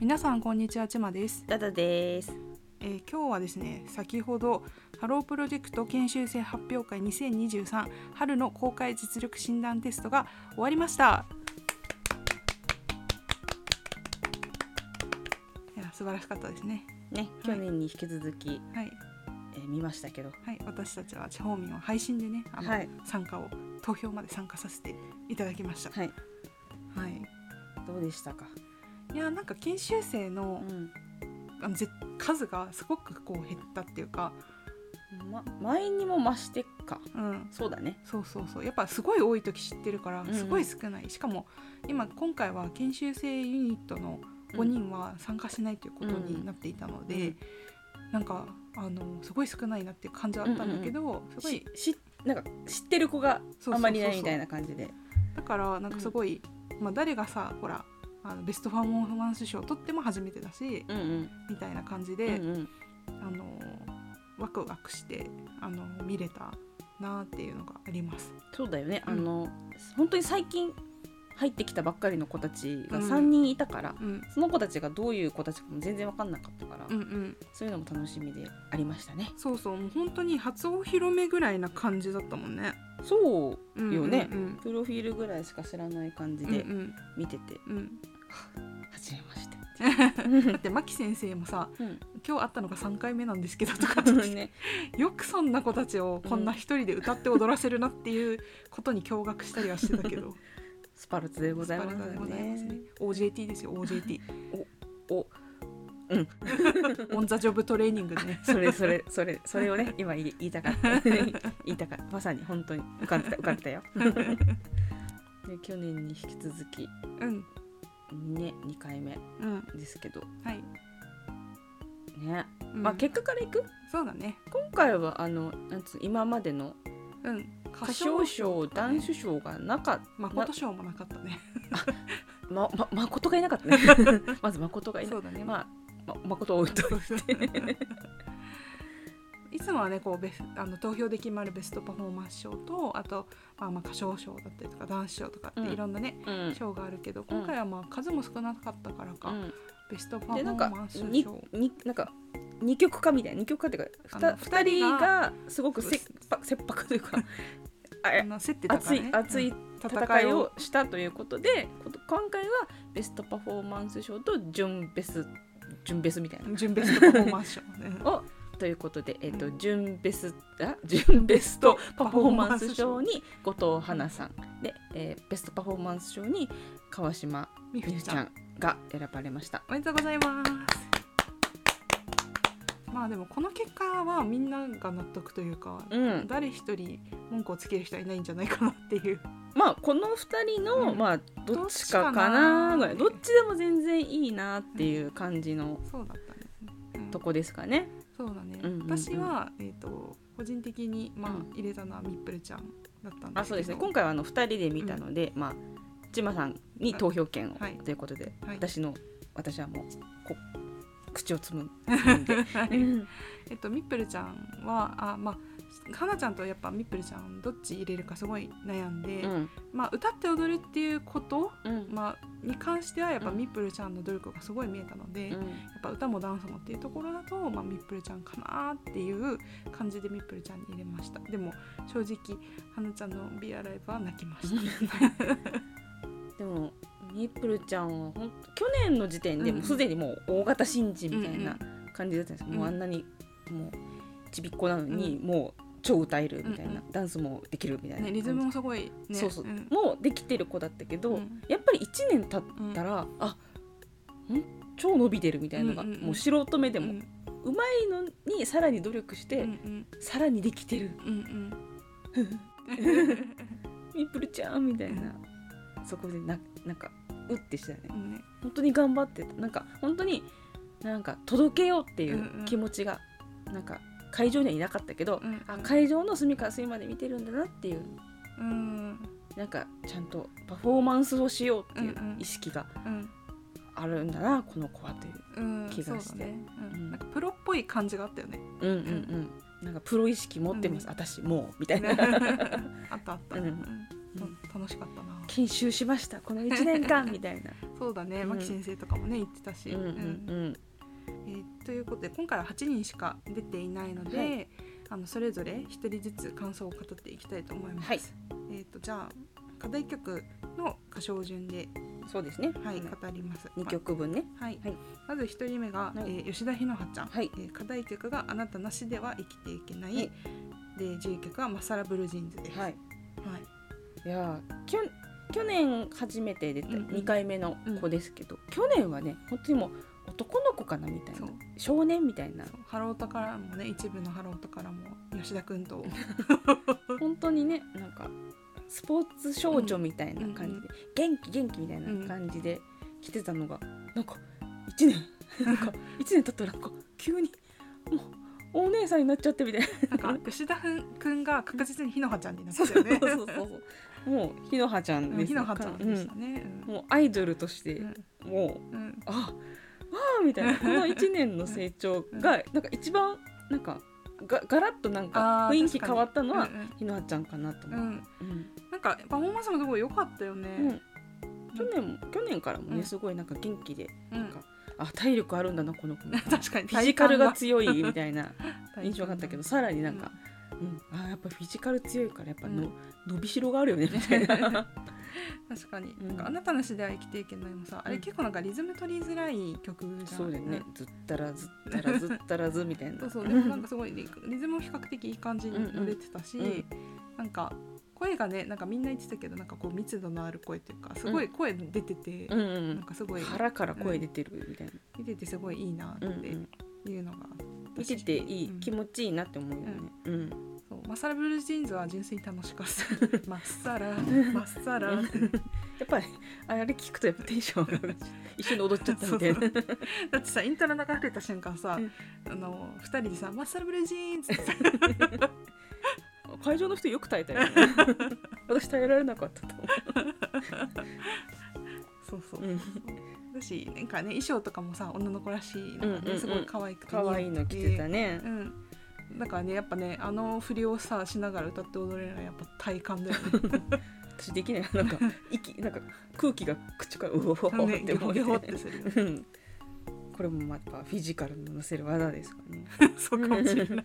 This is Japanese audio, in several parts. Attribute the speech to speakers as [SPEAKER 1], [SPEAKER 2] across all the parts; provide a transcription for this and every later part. [SPEAKER 1] 皆さんこんにちはちまです、
[SPEAKER 2] ダダです。
[SPEAKER 1] えー今日はですね先ほどハロープロジェクト研修生発表会2023春の公開実力診断テストが終わりましたいや素晴らしかったですね
[SPEAKER 2] ね、去年に引き続き、
[SPEAKER 1] はい
[SPEAKER 2] えー見ましたけど。
[SPEAKER 1] はい私たちは地方民は配信でねあの、
[SPEAKER 2] はい
[SPEAKER 1] 参加を投票まで参加させていただきました
[SPEAKER 2] はい。
[SPEAKER 1] はい
[SPEAKER 2] どうでしたか。
[SPEAKER 1] いやなんか研修生の
[SPEAKER 2] ん。
[SPEAKER 1] あのぜ数がすごくこう減ったっていうか、
[SPEAKER 2] ま、前にも増してか。
[SPEAKER 1] うん、
[SPEAKER 2] そうだね。
[SPEAKER 1] そうそうそうやっぱすごい多い時知ってるから
[SPEAKER 2] んうん
[SPEAKER 1] すごい少ない、しかも今今回は研修生ユニットの5人は参加しないということになっていたので、
[SPEAKER 2] うん
[SPEAKER 1] なんかあのすごい少ないなっていう感じはあったんだけど、すごい
[SPEAKER 2] し、し、なんか、知ってる子が
[SPEAKER 1] そうそうそうそう
[SPEAKER 2] あんまりいないみたいな感じで。
[SPEAKER 1] だからなんかすごい、まあ、誰がさほらあのベストパフォーマンス賞を取っても初めてだし、
[SPEAKER 2] うんうん。
[SPEAKER 1] みたいな感じ
[SPEAKER 2] う
[SPEAKER 1] で、
[SPEAKER 2] んうん。
[SPEAKER 1] あのワクワクしてあの見れたなっていうのがあります。
[SPEAKER 2] そうだよね。
[SPEAKER 1] う
[SPEAKER 2] あ
[SPEAKER 1] ん
[SPEAKER 2] の、本当に最近。入ってきたばっかりの子たち
[SPEAKER 1] う
[SPEAKER 2] が
[SPEAKER 1] ん
[SPEAKER 2] 3人いたから、
[SPEAKER 1] うん、
[SPEAKER 2] その子たちがどういう子たちかも全然分かんなかったから、
[SPEAKER 1] うん、うん
[SPEAKER 2] そういうのも楽しみでありましたね。
[SPEAKER 1] そうそうもう本当に初お披露目ぐらいな感じだったもんね。
[SPEAKER 2] そう
[SPEAKER 1] うん
[SPEAKER 2] よね
[SPEAKER 1] うん
[SPEAKER 2] プロフィールぐらいしか知らない感じ
[SPEAKER 1] うんう
[SPEAKER 2] で
[SPEAKER 1] ん
[SPEAKER 2] 見てて、
[SPEAKER 1] うんうん、
[SPEAKER 2] 初めまして。
[SPEAKER 1] だって牧先生もさ
[SPEAKER 2] うん、
[SPEAKER 1] 「今日会ったのが3回目なんですけど」とかって、
[SPEAKER 2] ね、
[SPEAKER 1] よくそんな子たちをこんな一人で歌って踊らせるなっていうことに驚愕したりはしてたけど
[SPEAKER 2] スパルツ でございます
[SPEAKER 1] スパルタでございますね
[SPEAKER 2] ね。
[SPEAKER 1] OJT ですよ OJT
[SPEAKER 2] お、
[SPEAKER 1] オン・ザ・ジョブ・トレーニングでね
[SPEAKER 2] それそれそれそれをね、今言い言いたか った。言いたかった。まさに本当に受かった受かった よ。で去年に引き続き
[SPEAKER 1] うん
[SPEAKER 2] ね二回目
[SPEAKER 1] うん
[SPEAKER 2] ですけど
[SPEAKER 1] はい、
[SPEAKER 2] ね。
[SPEAKER 1] うん
[SPEAKER 2] まあ結果からいく。
[SPEAKER 1] そうだね
[SPEAKER 2] 今回はあのなんつうの今までの
[SPEAKER 1] うん歌
[SPEAKER 2] 歌唱賞、男子賞がなかっ
[SPEAKER 1] 誠賞もなかったね
[SPEAKER 2] まま誠がいなかった ね。まず誠がいな
[SPEAKER 1] そ
[SPEAKER 2] い。
[SPEAKER 1] うだね
[SPEAKER 2] まあま誠を置い といて。
[SPEAKER 1] いつもはねこうベスあの投票で決まるベストパフォーマンス賞とあと、まあ、まあ歌唱賞だったりとか男子賞とかって
[SPEAKER 2] うん
[SPEAKER 1] いろんなね、
[SPEAKER 2] うん
[SPEAKER 1] 賞があるけど今回はまあ数も少なかったからか、
[SPEAKER 2] うん
[SPEAKER 1] ベストパフォ
[SPEAKER 2] でなん
[SPEAKER 1] ー
[SPEAKER 2] か
[SPEAKER 1] マンス
[SPEAKER 2] に
[SPEAKER 1] 賞
[SPEAKER 2] になんか二曲化みたいな二曲化っていうかふ
[SPEAKER 1] あ
[SPEAKER 2] た
[SPEAKER 1] の
[SPEAKER 2] 二人がすごくせっ
[SPEAKER 1] そう
[SPEAKER 2] ぱ 切迫というか
[SPEAKER 1] あ
[SPEAKER 2] あ
[SPEAKER 1] の競ってたか
[SPEAKER 2] 熱
[SPEAKER 1] ら
[SPEAKER 2] い
[SPEAKER 1] ね
[SPEAKER 2] 熱い
[SPEAKER 1] うん
[SPEAKER 2] 戦いをしたということでこと今回はベストパフォーマンス賞と準ベス準ベスみたいな
[SPEAKER 1] 準ベストパフォーマンス賞、 うん
[SPEAKER 2] をということで、えっと
[SPEAKER 1] うん
[SPEAKER 2] 準ベスあ準ベストパフォーマンス賞に後藤花さんで、えーベストパフォーマンス賞に川島
[SPEAKER 1] み
[SPEAKER 2] 美
[SPEAKER 1] ふ
[SPEAKER 2] 冬
[SPEAKER 1] ち
[SPEAKER 2] ち
[SPEAKER 1] ゃん
[SPEAKER 2] ゃんが選ばれました。
[SPEAKER 1] おめでとうございますまあでもこの結果はみんなが納得というか、
[SPEAKER 2] うん、
[SPEAKER 1] 誰一人文句をつける人はいないんじゃないかなっていう
[SPEAKER 2] まあこの2人の、
[SPEAKER 1] うん
[SPEAKER 2] まあどっちかかなぐらいどっちでも全然いいなっていう感じの
[SPEAKER 1] そうだったね、うん
[SPEAKER 2] とこですかね。
[SPEAKER 1] そうだね、
[SPEAKER 2] うんうんうん
[SPEAKER 1] 私は、えー、と個人的に、まあ
[SPEAKER 2] うん
[SPEAKER 1] 入れたのはミップルちゃんだったんですけど
[SPEAKER 2] あそうで すね今回はあの2人で見たので、まあちまさんに投票権を、
[SPEAKER 1] はい
[SPEAKER 2] ということで、
[SPEAKER 1] はい
[SPEAKER 2] 私の私はもうこ口をつむつむん で、うん
[SPEAKER 1] えっと、ミップルちゃんはあまあ花ちゃんとやっぱミップルちゃんどっち入れるかすごい悩んで、
[SPEAKER 2] うん
[SPEAKER 1] まあ、歌って踊るっていうこと、
[SPEAKER 2] うん
[SPEAKER 1] まあ、に関してはやっぱ
[SPEAKER 2] うん
[SPEAKER 1] ミップルちゃんの努力がすごい見えたので、
[SPEAKER 2] う
[SPEAKER 1] やっ
[SPEAKER 2] ん
[SPEAKER 1] ぱ歌もダンスもっていうところだと、まあ、ミップルちゃんかなっていう感じでミップルちゃんに入れましたでも正直花ちゃんの「ビアライブは泣きました。
[SPEAKER 2] でもミープルちゃんはほんと去年の時点でもうすでにもう大型新人みたいな感じだったんですよ、
[SPEAKER 1] うんうん
[SPEAKER 2] もうあんなにもうちびっこなのにもう超歌えるみたいな、
[SPEAKER 1] う
[SPEAKER 2] ダンスもできるみ たいな、
[SPEAKER 1] ね、リズムもすごい、ね、
[SPEAKER 2] そうそう、
[SPEAKER 1] ん
[SPEAKER 2] もうできてる子だったけど、
[SPEAKER 1] うん
[SPEAKER 2] やっぱり1年経ったら、あん超伸びてるみたいなのが、
[SPEAKER 1] うんうんうん
[SPEAKER 2] もう素人目で
[SPEAKER 1] う
[SPEAKER 2] も
[SPEAKER 1] ん
[SPEAKER 2] うま、いのにさらに努力して、
[SPEAKER 1] うん
[SPEAKER 2] さらにできてる
[SPEAKER 1] うんうん
[SPEAKER 2] ミープルちゃんみたいな、そこでななんかうってしたよね
[SPEAKER 1] うんね
[SPEAKER 2] 本当に頑張ってたなんか本当になんか届けようってい
[SPEAKER 1] んう
[SPEAKER 2] うんう気持ちが、なんか会場にはいなかったけど、
[SPEAKER 1] うんうん
[SPEAKER 2] あ会場の隅から隅まで見てるんだなっていう
[SPEAKER 1] うん
[SPEAKER 2] なんかちゃんとパフォーマンスをしようっていう
[SPEAKER 1] うんうん
[SPEAKER 2] 意識が
[SPEAKER 1] うん
[SPEAKER 2] あるんだな、この子はという。
[SPEAKER 1] うん
[SPEAKER 2] 気がして
[SPEAKER 1] そうだねう、
[SPEAKER 2] うんん
[SPEAKER 1] なんかプロっぽい感じがあったよね
[SPEAKER 2] うんうんうんなんかプロ意識持ってます、
[SPEAKER 1] うん
[SPEAKER 2] 私もうみたいな、
[SPEAKER 1] あったあった、
[SPEAKER 2] うん
[SPEAKER 1] うんた楽しかったな、
[SPEAKER 2] 研修しましたこの1年間みたいな。
[SPEAKER 1] そうだね
[SPEAKER 2] うん
[SPEAKER 1] 牧先生とかもね言ってたし、 うんえーということで今回は8人しか出ていないので、
[SPEAKER 2] はい
[SPEAKER 1] あのそれぞれ1人ずつ感想を語っていきたいと思います、
[SPEAKER 2] はい
[SPEAKER 1] えー、とじゃあ課題曲の歌唱順で、
[SPEAKER 2] そうですね。
[SPEAKER 1] はい、
[SPEAKER 2] あ
[SPEAKER 1] 語
[SPEAKER 2] の
[SPEAKER 1] ります
[SPEAKER 2] 二曲分ね。
[SPEAKER 1] はい、
[SPEAKER 2] はい
[SPEAKER 1] まず一人目が、
[SPEAKER 2] はい
[SPEAKER 1] えー吉田ひのはちゃん、
[SPEAKER 2] はい
[SPEAKER 1] えー課題曲が「あなたなしでは生きていけない」
[SPEAKER 2] はい
[SPEAKER 1] で10曲は「マサラブルージーンズ」です、
[SPEAKER 2] はい。
[SPEAKER 1] はい
[SPEAKER 2] いやーきょ去年初めて出た
[SPEAKER 1] うんうん
[SPEAKER 2] 二回目の子ですけど、去年はね本当にもう男の子かなみたい
[SPEAKER 1] そ
[SPEAKER 2] な
[SPEAKER 1] う
[SPEAKER 2] 少年みたいな
[SPEAKER 1] そうハロータからもね一部のハロータからも吉田君 と
[SPEAKER 2] 本当にねなんかスポーツ少女みたいな感じで、元気元気みたいな感じで来てたのが、なんか1年 なんか一年経ったらなんか急にもうお姉さんになっちゃってみたいな
[SPEAKER 1] なんか吉田君が確実にひのはちゃんになってたよね
[SPEAKER 2] そうそうそうそう もうひのはちゃん
[SPEAKER 1] う
[SPEAKER 2] で
[SPEAKER 1] ん
[SPEAKER 2] す
[SPEAKER 1] ひのはちゃんでした
[SPEAKER 2] う
[SPEAKER 1] ね、
[SPEAKER 2] んもうアイドルとして、
[SPEAKER 1] うん
[SPEAKER 2] もう
[SPEAKER 1] うんうん
[SPEAKER 2] あわあみたい なこの1年の成長がなんか一番なんかがガラッとなんか
[SPEAKER 1] あー
[SPEAKER 2] 雰囲気変わったのは
[SPEAKER 1] 確かに
[SPEAKER 2] ひのはちゃんかなと
[SPEAKER 1] うんう
[SPEAKER 2] 思
[SPEAKER 1] ん
[SPEAKER 2] う、
[SPEAKER 1] うん
[SPEAKER 2] うん
[SPEAKER 1] なんかパフォーマンスもすごい良かったよね、
[SPEAKER 2] うん去年も去年からもね、
[SPEAKER 1] うん
[SPEAKER 2] すごいなんか元気で
[SPEAKER 1] う
[SPEAKER 2] なんか、あ体力あるんだなこの子みた いな
[SPEAKER 1] 確かに
[SPEAKER 2] フィジカルが
[SPEAKER 1] い
[SPEAKER 2] 強いみ たいな印象があったけどさらになんか、うんあーやっぱフィジカル強いからやっぱの、
[SPEAKER 1] うん
[SPEAKER 2] 伸びしろがあるよねみたい な
[SPEAKER 1] 確かに、
[SPEAKER 2] うん
[SPEAKER 1] なんかあなたの詩では生きていけないもさ、あれ結構なんかリズム取りづらい曲じゃん
[SPEAKER 2] そうだよね
[SPEAKER 1] ん
[SPEAKER 2] ずったらずったらずったらずみたいな
[SPEAKER 1] そう そうでもなんかすごいねリズムも比較的いい感じに乗れてたし、
[SPEAKER 2] うんうん
[SPEAKER 1] なんか声がねなんかみんな言ってたけどなんかこう密度のある声っていうかすごい声出てて、
[SPEAKER 2] うんうんう
[SPEAKER 1] なん
[SPEAKER 2] ん
[SPEAKER 1] かすごい
[SPEAKER 2] 腹から声出てるみたいな、
[SPEAKER 1] 見ててすごいいいなっ
[SPEAKER 2] う
[SPEAKER 1] て
[SPEAKER 2] んうん
[SPEAKER 1] いうのが、
[SPEAKER 2] 見てていい、
[SPEAKER 1] うん
[SPEAKER 2] 気持ちいいなって思うよね。うん。
[SPEAKER 1] そうマッサラブルージーンズは純粋に楽しかった まっさらまっさらって
[SPEAKER 2] やっぱりあれ聞くとやっぱテンション上がる。一緒に踊っちゃったみたいな。
[SPEAKER 1] だってさイントロ流れた瞬間さ、
[SPEAKER 2] うん
[SPEAKER 1] あの2人でさ「マッサラブルージーンズ」ってさ
[SPEAKER 2] 会場の人よく耐えたよ、ね。 私耐えられなかったと思
[SPEAKER 1] そうそう
[SPEAKER 2] う。うん。
[SPEAKER 1] だしなんかね衣装とかもさ女の子らしいのがね、
[SPEAKER 2] うんうんうん
[SPEAKER 1] すごい可愛くて
[SPEAKER 2] 可愛いの着てた
[SPEAKER 1] ね、
[SPEAKER 2] ね
[SPEAKER 1] う。ん、だからねやっぱねあの振りをさしながら歌って踊れるのはやっぱ体感だよ ね
[SPEAKER 2] 私できない。なんか息なんか空気が口からうおほほっ
[SPEAKER 1] ね
[SPEAKER 2] て
[SPEAKER 1] ギ
[SPEAKER 2] 思
[SPEAKER 1] ホ
[SPEAKER 2] う
[SPEAKER 1] ギ
[SPEAKER 2] よ
[SPEAKER 1] ホっ
[SPEAKER 2] ね
[SPEAKER 1] てするよね
[SPEAKER 2] うん。これもまたフィジカルのなせる技ですかね。
[SPEAKER 1] そうか もしれない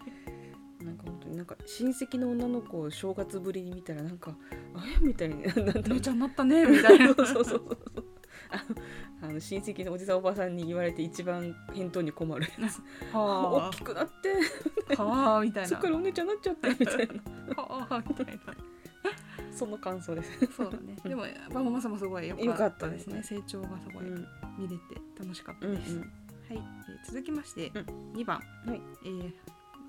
[SPEAKER 2] なんか本当になんか親戚の女の子を正月ぶりに見たらなんかあれみたいになんだろう
[SPEAKER 1] 姉ちゃんなったねみたいな
[SPEAKER 2] そうそうそうそうそうあのあの親戚のおじさんおばさんに言われて一番返答に困るやつ大
[SPEAKER 1] は
[SPEAKER 2] きくなって
[SPEAKER 1] あはあみたい
[SPEAKER 2] そ
[SPEAKER 1] な
[SPEAKER 2] っからお姉ちゃんになっちゃってみたいな
[SPEAKER 1] はあみたいな
[SPEAKER 2] その感想です、
[SPEAKER 1] そうだねでもパフォーマンスもすごい良
[SPEAKER 2] 良
[SPEAKER 1] か
[SPEAKER 2] か
[SPEAKER 1] っ
[SPEAKER 2] ったた
[SPEAKER 1] で
[SPEAKER 2] ですす
[SPEAKER 1] ね
[SPEAKER 2] ね
[SPEAKER 1] 成長がすご
[SPEAKER 2] う
[SPEAKER 1] い
[SPEAKER 2] ん
[SPEAKER 1] 見れて楽しかった
[SPEAKER 2] うんう
[SPEAKER 1] です、
[SPEAKER 2] ん、
[SPEAKER 1] はい、えー続きまして、
[SPEAKER 2] うん
[SPEAKER 1] 2番、
[SPEAKER 2] はい
[SPEAKER 1] えー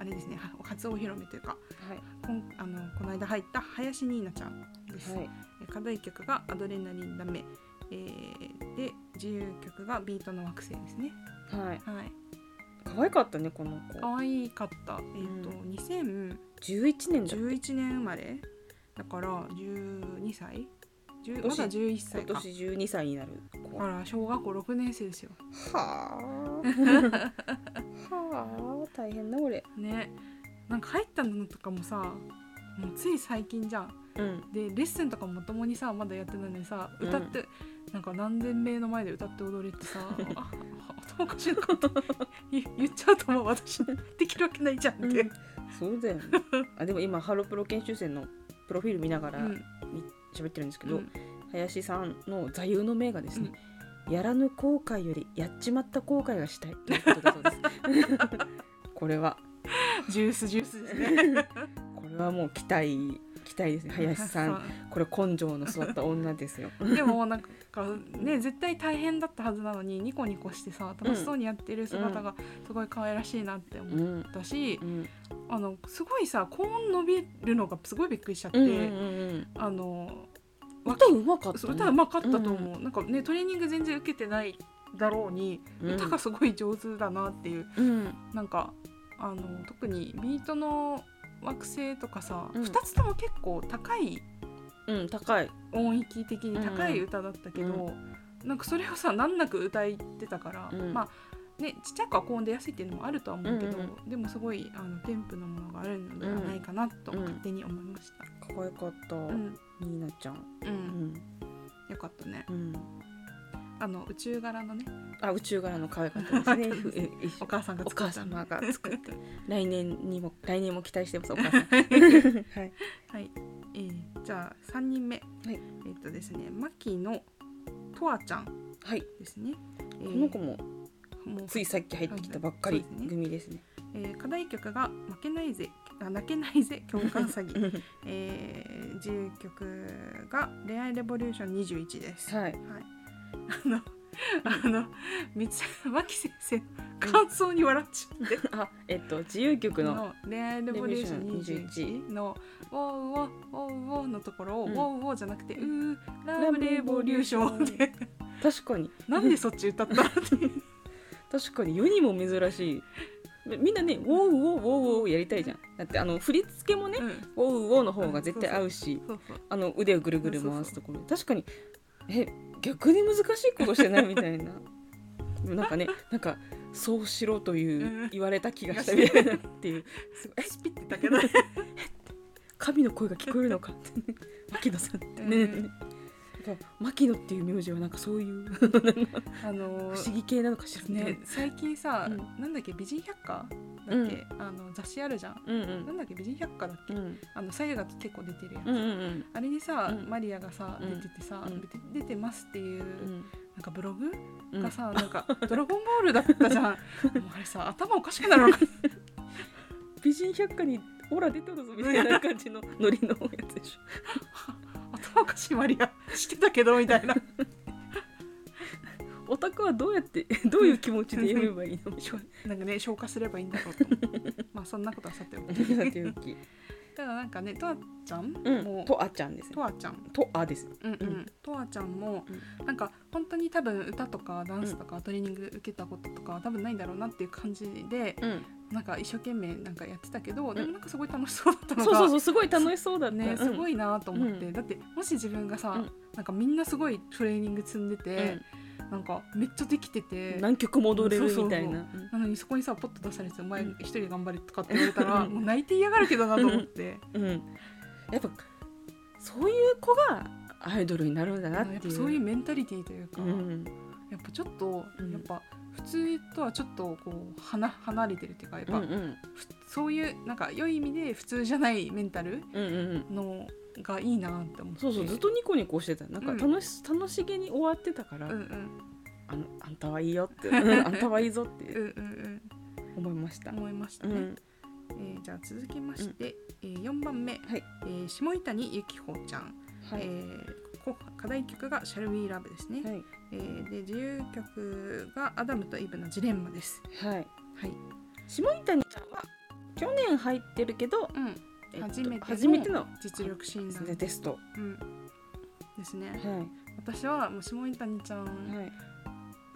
[SPEAKER 1] あれですねは初お披露目というか
[SPEAKER 2] はい
[SPEAKER 1] こんあのこの間入った林ニーナちゃんです、
[SPEAKER 2] はい
[SPEAKER 1] え課題曲が「アドレナリンダメ」えーで自由曲が「ビートの惑星」ですね
[SPEAKER 2] はい
[SPEAKER 1] はい
[SPEAKER 2] 可愛かったねこの子
[SPEAKER 1] 可愛かったえっ、と、
[SPEAKER 2] う11年だ
[SPEAKER 1] 2011年生まれだから12歳10
[SPEAKER 2] 今
[SPEAKER 1] ま
[SPEAKER 2] 年
[SPEAKER 1] だ11
[SPEAKER 2] 今
[SPEAKER 1] 歳か
[SPEAKER 2] 年12歳になる
[SPEAKER 1] だ
[SPEAKER 2] 子
[SPEAKER 1] から小学校6年生ですよ
[SPEAKER 2] あはあ大変だ俺
[SPEAKER 1] ねなんか入ったのとかもさもうつい最近じゃん
[SPEAKER 2] うん
[SPEAKER 1] でレッスンとかもともにさまだやってないのにさ
[SPEAKER 2] うん
[SPEAKER 1] 歌って、なんか何千名の前で歌って踊れって さあ頭おかしいのかと言言っちゃうともう私できるわけないじゃんって、うん
[SPEAKER 2] そう だよねあでも今ハロプロ研修生のプロフィール見ながら喋ってるんですけど、
[SPEAKER 1] うん
[SPEAKER 2] 林さんの座右の銘がですね、やらぬ後悔よりやっちまった後悔がしたいということだそうですこれは
[SPEAKER 1] ジュースジュースですね
[SPEAKER 2] これはもう期待期待ですね林 さんこれ根性の座った女ですよ
[SPEAKER 1] でもなんかね絶対大変だったはずなのにニコニコしてさ楽しそうにやってる姿がすごい可愛らしいなって
[SPEAKER 2] う
[SPEAKER 1] 思っ
[SPEAKER 2] ん
[SPEAKER 1] たし
[SPEAKER 2] う、ん
[SPEAKER 1] あのすごいさ高音伸びるのがすごいびっくりしちゃって、
[SPEAKER 2] うんうんうん
[SPEAKER 1] あの
[SPEAKER 2] 歌うまかった、
[SPEAKER 1] そう歌うまかったと思う、なんかねトレーニング全然受けてないだろうに、
[SPEAKER 2] うん
[SPEAKER 1] 歌がすごい上手だなっていう
[SPEAKER 2] うん
[SPEAKER 1] なんかあの特にビートの惑星とかさ、
[SPEAKER 2] うん
[SPEAKER 1] 2つとも結構高い
[SPEAKER 2] うん高い
[SPEAKER 1] 音域的に高い歌だったけど、なんかそれをさ難なく歌いってたから、
[SPEAKER 2] うん
[SPEAKER 1] まあね、ちっちゃくは購入出やすいっていうのもあるとは思うけど、
[SPEAKER 2] うんうん
[SPEAKER 1] でもすごいあの添付のものがあるのではないかなと
[SPEAKER 2] うん
[SPEAKER 1] 勝手に思いました。
[SPEAKER 2] かわいかった、
[SPEAKER 1] うん、
[SPEAKER 2] ニーナちゃん
[SPEAKER 1] う、
[SPEAKER 2] うんん、
[SPEAKER 1] よかったね。
[SPEAKER 2] うん、
[SPEAKER 1] あの宇宙柄のね、
[SPEAKER 2] あ宇宙柄の可愛かったですねふええ
[SPEAKER 1] お母さんが
[SPEAKER 2] お
[SPEAKER 1] 作っ
[SPEAKER 2] 母
[SPEAKER 1] た。
[SPEAKER 2] 様が 作って 来年にも来年も期待してますお母さんはい
[SPEAKER 1] はい、えーじゃあ三人目、はいえっとですね、マキのとわちゃん
[SPEAKER 2] はい
[SPEAKER 1] ですね。え
[SPEAKER 2] こ
[SPEAKER 1] ー
[SPEAKER 2] の子も
[SPEAKER 1] もう
[SPEAKER 2] ついさっき入ってきたばっかり
[SPEAKER 1] そうですね
[SPEAKER 2] 組ですね。
[SPEAKER 1] えー課題曲が負けないぜ、 あ泣けないぜ 共感詐欺。
[SPEAKER 2] うん
[SPEAKER 1] えー、自由曲が「恋愛レボリューション21」です。
[SPEAKER 2] はい。
[SPEAKER 1] はい、あのあの三 つ脇先生の感想に笑っちゃって、
[SPEAKER 2] あ、えっと自由曲の
[SPEAKER 1] の恋愛レボリューション21の「ウォーウォーウォーウォー」のところを「
[SPEAKER 2] うん
[SPEAKER 1] ウォーウォー」じゃなくて「うーラブレボリューション」で
[SPEAKER 2] 確かに
[SPEAKER 1] なんでそっち歌ったって いう
[SPEAKER 2] 確かに世にも珍しい。みみんなね、ウォーウォーウォーウォーやりたいじゃん。だってあの振り付けもね、
[SPEAKER 1] うん
[SPEAKER 2] ウォーウォーの方が絶対合うし、
[SPEAKER 1] そうそう
[SPEAKER 2] あの腕をぐるぐる回すところ、確かにえ逆に難しいことしてないみたいな。でもなんかね、なんかそうしろといううん言われた気がしたみたいな っていう。すごい
[SPEAKER 1] スピってたけど
[SPEAKER 2] 神の声が聞こえるのかって ね牧野さんってね、
[SPEAKER 1] うん
[SPEAKER 2] なんか牧野っていう名字はなんかそういう
[SPEAKER 1] あの
[SPEAKER 2] 不
[SPEAKER 1] ー
[SPEAKER 2] 思議系なのかしらね
[SPEAKER 1] ね、最近さ、
[SPEAKER 2] うん
[SPEAKER 1] なんだっけ美人百科だ
[SPEAKER 2] う
[SPEAKER 1] っけ
[SPEAKER 2] ん、
[SPEAKER 1] あの雑誌あるじゃん
[SPEAKER 2] うんう
[SPEAKER 1] なんんだっけ美人百科だっけ
[SPEAKER 2] うん
[SPEAKER 1] あのさゆが結構出てるやん、
[SPEAKER 2] うんうん
[SPEAKER 1] あれにさ、
[SPEAKER 2] うん
[SPEAKER 1] マリアがさ
[SPEAKER 2] うん
[SPEAKER 1] 出ててさ、
[SPEAKER 2] うん
[SPEAKER 1] 出て出てますっていう、なんかブログ
[SPEAKER 2] うん
[SPEAKER 1] がさ、なんか「ドラゴンボール」だったじ ゃんもうあれさ頭おかしくなるのか
[SPEAKER 2] 美人百科にオラ出てるぞみたいな感じのノリのやつでしょ
[SPEAKER 1] 頭おかしいマリアしてたけどみたいな
[SPEAKER 2] オタクはどうやって どういう気持ちで読めばいい のしょう
[SPEAKER 1] なんかね消化すればいいんだろうと思うまあそんなことはさておき
[SPEAKER 2] が ないという気
[SPEAKER 1] ただなんかねとわちゃん
[SPEAKER 2] うん
[SPEAKER 1] も、
[SPEAKER 2] とあちゃんですね
[SPEAKER 1] とわちゃん
[SPEAKER 2] とあです
[SPEAKER 1] うんう
[SPEAKER 2] うん
[SPEAKER 1] ん、とわちゃんも、なんか本当に多分歌とかダンスとかトレーニング受けたこととかは多分ないんだろうなっていう感じで、
[SPEAKER 2] うん
[SPEAKER 1] なんか一生懸命なんかやってたけど、
[SPEAKER 2] ん
[SPEAKER 1] でもなんかすごい楽しそうだったの
[SPEAKER 2] そう
[SPEAKER 1] が
[SPEAKER 2] そうそうすごい楽しそうだね
[SPEAKER 1] ね、すご
[SPEAKER 2] い
[SPEAKER 1] いなと思って、
[SPEAKER 2] う
[SPEAKER 1] だってもし自分がさ、
[SPEAKER 2] うん
[SPEAKER 1] なんかみんなすごいトレーニング積んでて、なんかめっちゃできてて。
[SPEAKER 2] 南極戻れるみたいな
[SPEAKER 1] なのにそこにさポッと出されて「お前
[SPEAKER 2] うん
[SPEAKER 1] 一人頑張れ」とかって言われたら、
[SPEAKER 2] うん
[SPEAKER 1] もう泣いて嫌がるけどなと思って、
[SPEAKER 2] うん、やっぱそういう子がアイドルになるんだな
[SPEAKER 1] あ
[SPEAKER 2] っ
[SPEAKER 1] のやって
[SPEAKER 2] い
[SPEAKER 1] ぱ
[SPEAKER 2] う。
[SPEAKER 1] そういうメンタリティーというか、
[SPEAKER 2] うん、
[SPEAKER 1] やっぱちょっと、
[SPEAKER 2] うん
[SPEAKER 1] やっぱ普通とはちょっとこう離離れてるっていうかやっ
[SPEAKER 2] うんう
[SPEAKER 1] ぱ、
[SPEAKER 2] ん
[SPEAKER 1] ふそういうなんか良い意味で普通じゃないメンタル
[SPEAKER 2] うんうん
[SPEAKER 1] のがいいなって思って
[SPEAKER 2] そうそうずっとニコニコしてたなんか
[SPEAKER 1] うん
[SPEAKER 2] 楽し,、楽しげに終わってたから、
[SPEAKER 1] うんうん
[SPEAKER 2] あのあんたはいいよ ってうんあんたはいいぞっ
[SPEAKER 1] うんう
[SPEAKER 2] て
[SPEAKER 1] んうん
[SPEAKER 2] 思いました。
[SPEAKER 1] 思いました
[SPEAKER 2] う
[SPEAKER 1] ね、
[SPEAKER 2] ん、
[SPEAKER 1] えーじゃあ続きまして、えー、4番目、
[SPEAKER 2] はい
[SPEAKER 1] えー下井谷由紀穂ちゃん、
[SPEAKER 2] はい、
[SPEAKER 1] えーこ課題曲が「Shall We Love」ですね、
[SPEAKER 2] はい
[SPEAKER 1] えーで自由曲が「アダムとイブのジレンマ」です
[SPEAKER 2] はい
[SPEAKER 1] はい、
[SPEAKER 2] 下井谷ちゃんは去年入ってるけど、
[SPEAKER 1] うん、
[SPEAKER 2] えっと
[SPEAKER 1] 初めての
[SPEAKER 2] 初めての
[SPEAKER 1] 実力診
[SPEAKER 2] です
[SPEAKER 1] 断、
[SPEAKER 2] ねテスト。は
[SPEAKER 1] うん、ですね
[SPEAKER 2] いは
[SPEAKER 1] 私はもう下井谷ちゃん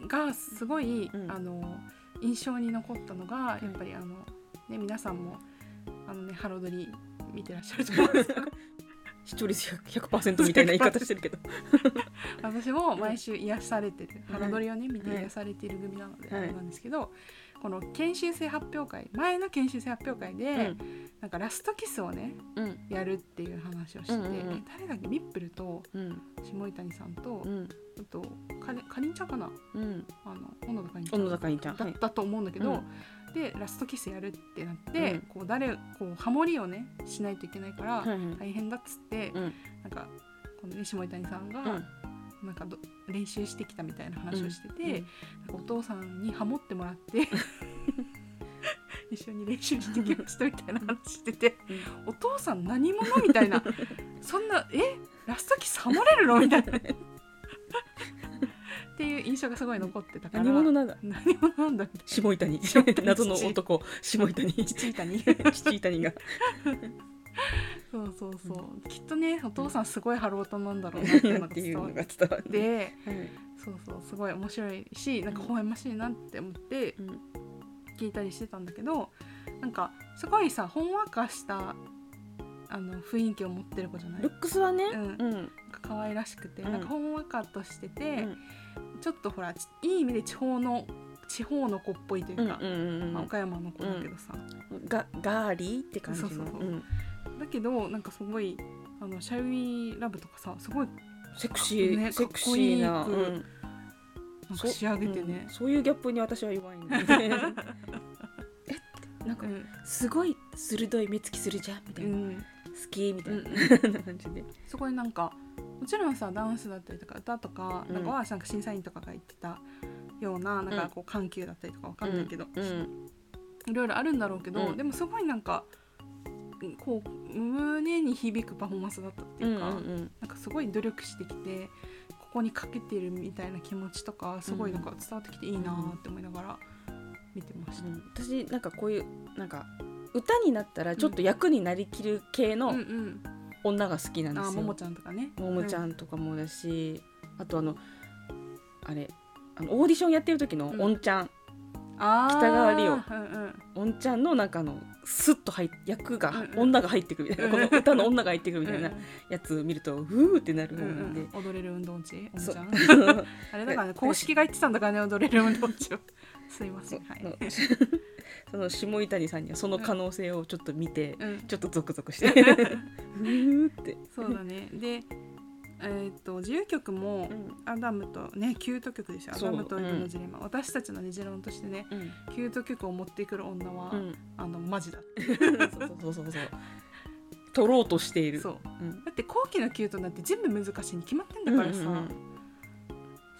[SPEAKER 2] い
[SPEAKER 1] がすごい、
[SPEAKER 2] うん
[SPEAKER 1] あの印象に残ったのが、
[SPEAKER 2] うん
[SPEAKER 1] やっぱりあの、ね、皆さんもあの、ね、ハロドリ見てらっしゃると思うんですけど
[SPEAKER 2] 視聴率100%みたいな言い方してるけど。
[SPEAKER 1] 私も毎週癒されてる、
[SPEAKER 2] うん
[SPEAKER 1] ハロドリをね見て
[SPEAKER 2] はい
[SPEAKER 1] 癒されている組なので、
[SPEAKER 2] はい
[SPEAKER 1] あれなんですけどこの研修生発表会前の研修生発表会で、なんかラストキスをね
[SPEAKER 2] うん
[SPEAKER 1] やるっていう話をして、
[SPEAKER 2] うんうんうん
[SPEAKER 1] 誰だっけミップルと
[SPEAKER 2] うん
[SPEAKER 1] 下井谷さんと、
[SPEAKER 2] うん
[SPEAKER 1] あとかりかりんちゃんかな
[SPEAKER 2] うん
[SPEAKER 1] あの小野田かりんちゃ
[SPEAKER 2] 小
[SPEAKER 1] ん
[SPEAKER 2] 野坂にちゃん。
[SPEAKER 1] だ
[SPEAKER 2] は
[SPEAKER 1] っ
[SPEAKER 2] い
[SPEAKER 1] たと思うんだけど、
[SPEAKER 2] は
[SPEAKER 1] でラストキスやるってなって、
[SPEAKER 2] うん
[SPEAKER 1] こう誰こうハモリをねしないといけないから
[SPEAKER 2] はいはい
[SPEAKER 1] 大変だっつって、
[SPEAKER 2] うん
[SPEAKER 1] なんかこの、ね、下井谷さんが、
[SPEAKER 2] うん
[SPEAKER 1] なんかど練習してきたみたいな話をしてて、
[SPEAKER 2] うん
[SPEAKER 1] なんかお父さんにハモってもらって 一緒に練習してきましたみたいな話してて、お父さん何者みたい なそんなえラストキスハモれるのみたいな。っていう印象がすごい残ってたから
[SPEAKER 2] 何者なんだ
[SPEAKER 1] 何者なんだみたいな
[SPEAKER 2] 下井谷
[SPEAKER 1] 下井谷
[SPEAKER 2] 謎の男下 井谷
[SPEAKER 1] 父いた に
[SPEAKER 2] 父井谷が
[SPEAKER 1] そうそうそう、きっとねお父さんすごいハロートなんだろうなっていうのが
[SPEAKER 2] っていう
[SPEAKER 1] 伝わ
[SPEAKER 2] の
[SPEAKER 1] っ
[SPEAKER 2] が伝わ ってはい
[SPEAKER 1] そうそうすごい面白いしなんか微笑ましいなって思って
[SPEAKER 2] うん
[SPEAKER 1] 聞いたりしてたんだけどなんかすごいさほんわかしたあの雰囲気を持ってる子じゃない
[SPEAKER 2] ルックスはね
[SPEAKER 1] うん
[SPEAKER 2] うん
[SPEAKER 1] 可愛らしくて、
[SPEAKER 2] うん
[SPEAKER 1] なんかほんわかとして
[SPEAKER 2] う
[SPEAKER 1] て、
[SPEAKER 2] ん
[SPEAKER 1] ちょっとほらちいい意味で地方の地方の子っぽいといううんか、
[SPEAKER 2] うん
[SPEAKER 1] まあ
[SPEAKER 2] う
[SPEAKER 1] 岡山の子だけどさ、
[SPEAKER 2] ん、がガーリーって感じの
[SPEAKER 1] そうそうそう
[SPEAKER 2] うん
[SPEAKER 1] だけどなんかすごいあのシャイウィーラブとかさすごい
[SPEAKER 2] セクシー、
[SPEAKER 1] ね
[SPEAKER 2] セクシーな
[SPEAKER 1] かっこいいく
[SPEAKER 2] うん
[SPEAKER 1] なん
[SPEAKER 2] そ
[SPEAKER 1] か仕上げて
[SPEAKER 2] う
[SPEAKER 1] ね
[SPEAKER 2] ん、そういうギャップに私は弱いのでえって なんか
[SPEAKER 1] うん
[SPEAKER 2] すごい鋭い目つきするじゃんみたいな、
[SPEAKER 1] うん
[SPEAKER 2] 好きみたいな、感じで、
[SPEAKER 1] すごいなんかもちろんさダンスだったりとか歌とか
[SPEAKER 2] うん
[SPEAKER 1] なんかはなんか審査員とかが言ってたようななんかこう緩急だったりとかわかんないけど、
[SPEAKER 2] うん
[SPEAKER 1] いろいろあるんだろうけど、
[SPEAKER 2] うん
[SPEAKER 1] でもすごいなんかうんこう胸に響くパフォーマンスだったっていうか、
[SPEAKER 2] んん
[SPEAKER 1] なんかすごい努力してきてここにかけてるみたいな気持ちとかすごいなんか伝わってきていいなーって思いながら見てました。
[SPEAKER 2] うん私なんかこういうなんか歌になったらちょっと役になりきる系
[SPEAKER 1] うん
[SPEAKER 2] の
[SPEAKER 1] うん
[SPEAKER 2] 女が好きなんで
[SPEAKER 1] あ
[SPEAKER 2] す
[SPEAKER 1] も
[SPEAKER 2] よ、
[SPEAKER 1] もちゃんとかね。
[SPEAKER 2] ももちゃ
[SPEAKER 1] うん
[SPEAKER 2] とかもだし、あとあのあれあのオーディションやってる時の
[SPEAKER 1] うん
[SPEAKER 2] おんちゃん、
[SPEAKER 1] んあー
[SPEAKER 2] 北川里
[SPEAKER 1] うんうん
[SPEAKER 2] おんちゃんのなんかあのスッと入っ役が、
[SPEAKER 1] うんうん
[SPEAKER 2] 女が入ってくるみたいな、
[SPEAKER 1] うん
[SPEAKER 2] この歌の女が入ってくるみたいなやつ見るとうーってなる
[SPEAKER 1] うん
[SPEAKER 2] も
[SPEAKER 1] うん
[SPEAKER 2] なん
[SPEAKER 1] ん
[SPEAKER 2] で、
[SPEAKER 1] うん踊れる運動音痴おもち
[SPEAKER 2] そう
[SPEAKER 1] ゃん あれだからね公式が言ってたんだからね踊れる運動音痴をすいませんはい、
[SPEAKER 2] の その下井谷さんにはその可能性をちょっと見て、
[SPEAKER 1] うん、
[SPEAKER 2] ちょっとゾクゾ クしてうーって、
[SPEAKER 1] そうだねでえーっと自由曲もアダムとねキュート曲でしょア
[SPEAKER 2] そう
[SPEAKER 1] ダムとイブのジレンマ、私たちのねジロンとしてね
[SPEAKER 2] うん
[SPEAKER 1] キュート曲を持ってくる女は、
[SPEAKER 2] うん
[SPEAKER 1] あのマジだって
[SPEAKER 2] そうそうそうそう取ろうとしている
[SPEAKER 1] そう
[SPEAKER 2] うん、
[SPEAKER 1] だって後期のキュートなんて全部難しいに決まってんだからさ、
[SPEAKER 2] うんうん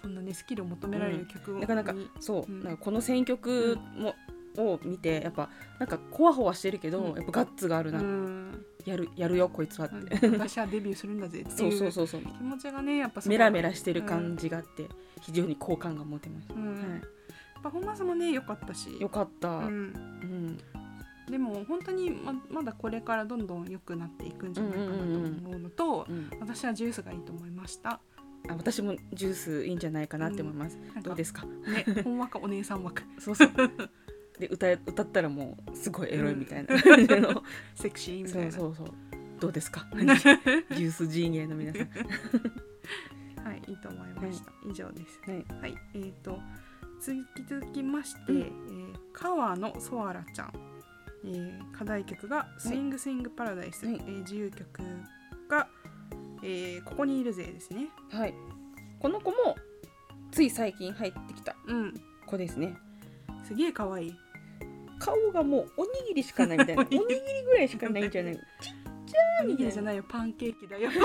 [SPEAKER 1] そんなねスキルを求められる曲を、
[SPEAKER 2] うんなかなかそう、
[SPEAKER 1] うん
[SPEAKER 2] なんかこの選曲も、を見てやっぱなんかこわほわしてるけど、
[SPEAKER 1] うん
[SPEAKER 2] やっぱガッツがある
[SPEAKER 1] う
[SPEAKER 2] な、
[SPEAKER 1] ん、
[SPEAKER 2] やるやるよこいつはっ
[SPEAKER 1] う
[SPEAKER 2] て、
[SPEAKER 1] ん私はデビューするんだぜって
[SPEAKER 2] そ
[SPEAKER 1] いうう
[SPEAKER 2] そうそうそう
[SPEAKER 1] 気持ちがねやっぱそこ
[SPEAKER 2] メラメラしてる感じがあって、非常に好感が持てました、
[SPEAKER 1] うん
[SPEAKER 2] は
[SPEAKER 1] パフォーマンスもね良かったし
[SPEAKER 2] い、よかった、う
[SPEAKER 1] うんん、でも本当にままだこれからどんどん良くなっていくんじゃないかなと思うのと、
[SPEAKER 2] うん
[SPEAKER 1] 私はジュースがいいと思いました
[SPEAKER 2] あ私もジュースいいんじゃないかなって思います、
[SPEAKER 1] なん
[SPEAKER 2] ど
[SPEAKER 1] か
[SPEAKER 2] うですか
[SPEAKER 1] ねほんわかお姉さん枠
[SPEAKER 2] そ うそうで歌え歌ったらもうすごいエロいみたいな、の
[SPEAKER 1] セクシーみた
[SPEAKER 2] そ
[SPEAKER 1] いうな
[SPEAKER 2] そうそうどうで すかジュース陣営の皆さん
[SPEAKER 1] はいいいと思いました、以上です
[SPEAKER 2] はい
[SPEAKER 1] はい、えー、と続き続きまして、
[SPEAKER 2] うん
[SPEAKER 1] えー川野ソアラちゃん、えー課題曲が「スイングスイングパラダイス」
[SPEAKER 2] はい
[SPEAKER 1] えー自由曲が、えーここにいるぜ」ですね。
[SPEAKER 2] はい、この子もつい最近入ってきた
[SPEAKER 1] うん、
[SPEAKER 2] 子ですね
[SPEAKER 1] すげえ可愛い
[SPEAKER 2] 顔がもうおにぎりしかないみたいな お
[SPEAKER 1] おに
[SPEAKER 2] に
[SPEAKER 1] ぎり
[SPEAKER 2] ぎりぐらいしかないんじゃない
[SPEAKER 1] おにぎりじゃないよパンケーキ だよ。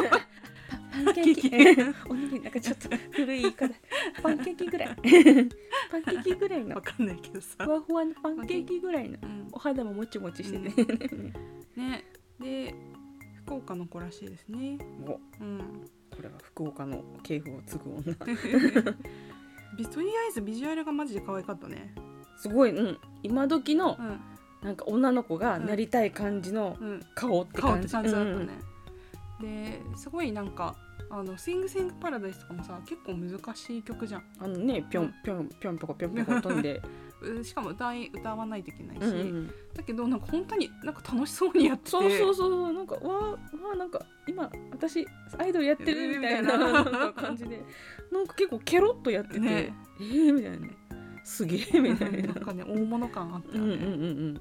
[SPEAKER 2] パンケ
[SPEAKER 1] ーキ
[SPEAKER 2] おにぎりなんかちょっと古い言い方パンケーキぐ らいパンケーキぐらい
[SPEAKER 1] わ
[SPEAKER 2] の
[SPEAKER 1] かんないけどさ
[SPEAKER 2] ふ。わふわのパンケーキぐらいの
[SPEAKER 1] うん
[SPEAKER 2] お肌ももちもちしてね、
[SPEAKER 1] ねで福岡の子らしいですね。
[SPEAKER 2] おこ
[SPEAKER 1] うん、
[SPEAKER 2] れは福岡の系譜を継ぐ女
[SPEAKER 1] ビとりあえずビジュアルがマジで可愛かったね。
[SPEAKER 2] すごい、うん、今時の
[SPEAKER 1] うん
[SPEAKER 2] なんか女の子がなりたい感じの
[SPEAKER 1] うん
[SPEAKER 2] 顔って
[SPEAKER 1] 顔っ
[SPEAKER 2] 感
[SPEAKER 1] て
[SPEAKER 2] じ
[SPEAKER 1] 感じだったね、ですごいなんかあの「スイング・スイング・パラダイス」とかもさ結構難しい曲じゃん
[SPEAKER 2] うんあのねぴょんぴょんぴょんぴょこぴょんぴょこ飛んで、
[SPEAKER 1] うしかも歌い歌わないといけないし、
[SPEAKER 2] うんうん
[SPEAKER 1] だけどなんか本当になんか楽しそうにやってて
[SPEAKER 2] そうそうそうそうなんかわーわーなんか今私アイドルやってるみたいな
[SPEAKER 1] みたいな
[SPEAKER 2] なんか感じでなんか結構ケロッとやってて、
[SPEAKER 1] ね
[SPEAKER 2] えーみたいなすげえみたい
[SPEAKER 1] な
[SPEAKER 2] なん
[SPEAKER 1] かね大物感あった
[SPEAKER 2] うん
[SPEAKER 1] よ
[SPEAKER 2] うん
[SPEAKER 1] ね、
[SPEAKER 2] うんうん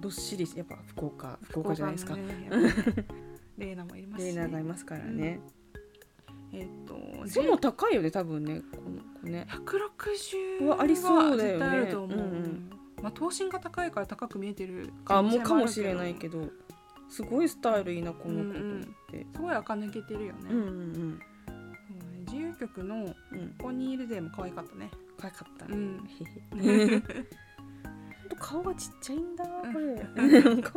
[SPEAKER 2] どっしりやっぱ福岡福岡じゃないですか
[SPEAKER 1] 福岡のねやっぱりレイナもいます
[SPEAKER 2] レ
[SPEAKER 1] し、
[SPEAKER 2] イナーが
[SPEAKER 1] ね、
[SPEAKER 2] いますからね、
[SPEAKER 1] えっと
[SPEAKER 2] 背も高いよね多分ねこの子ね
[SPEAKER 1] 160
[SPEAKER 2] はありそうだ
[SPEAKER 1] 絶
[SPEAKER 2] よね
[SPEAKER 1] 対あると思う、
[SPEAKER 2] うんうん
[SPEAKER 1] まあ、等身が高いから高く見えてる可能
[SPEAKER 2] あも
[SPEAKER 1] 性
[SPEAKER 2] うかもしれ
[SPEAKER 1] あ
[SPEAKER 2] な
[SPEAKER 1] る
[SPEAKER 2] いけどすごいスタイルいいなこの子と思って
[SPEAKER 1] すごい垢抜けてるよね,、
[SPEAKER 2] うんうんうん
[SPEAKER 1] そうね自由曲の
[SPEAKER 2] うん
[SPEAKER 1] ここにいるぜも可愛かったね。
[SPEAKER 2] 可愛かった
[SPEAKER 1] う
[SPEAKER 2] ね
[SPEAKER 1] ん。
[SPEAKER 2] ほんと顔がちっちゃいんだこれ なんか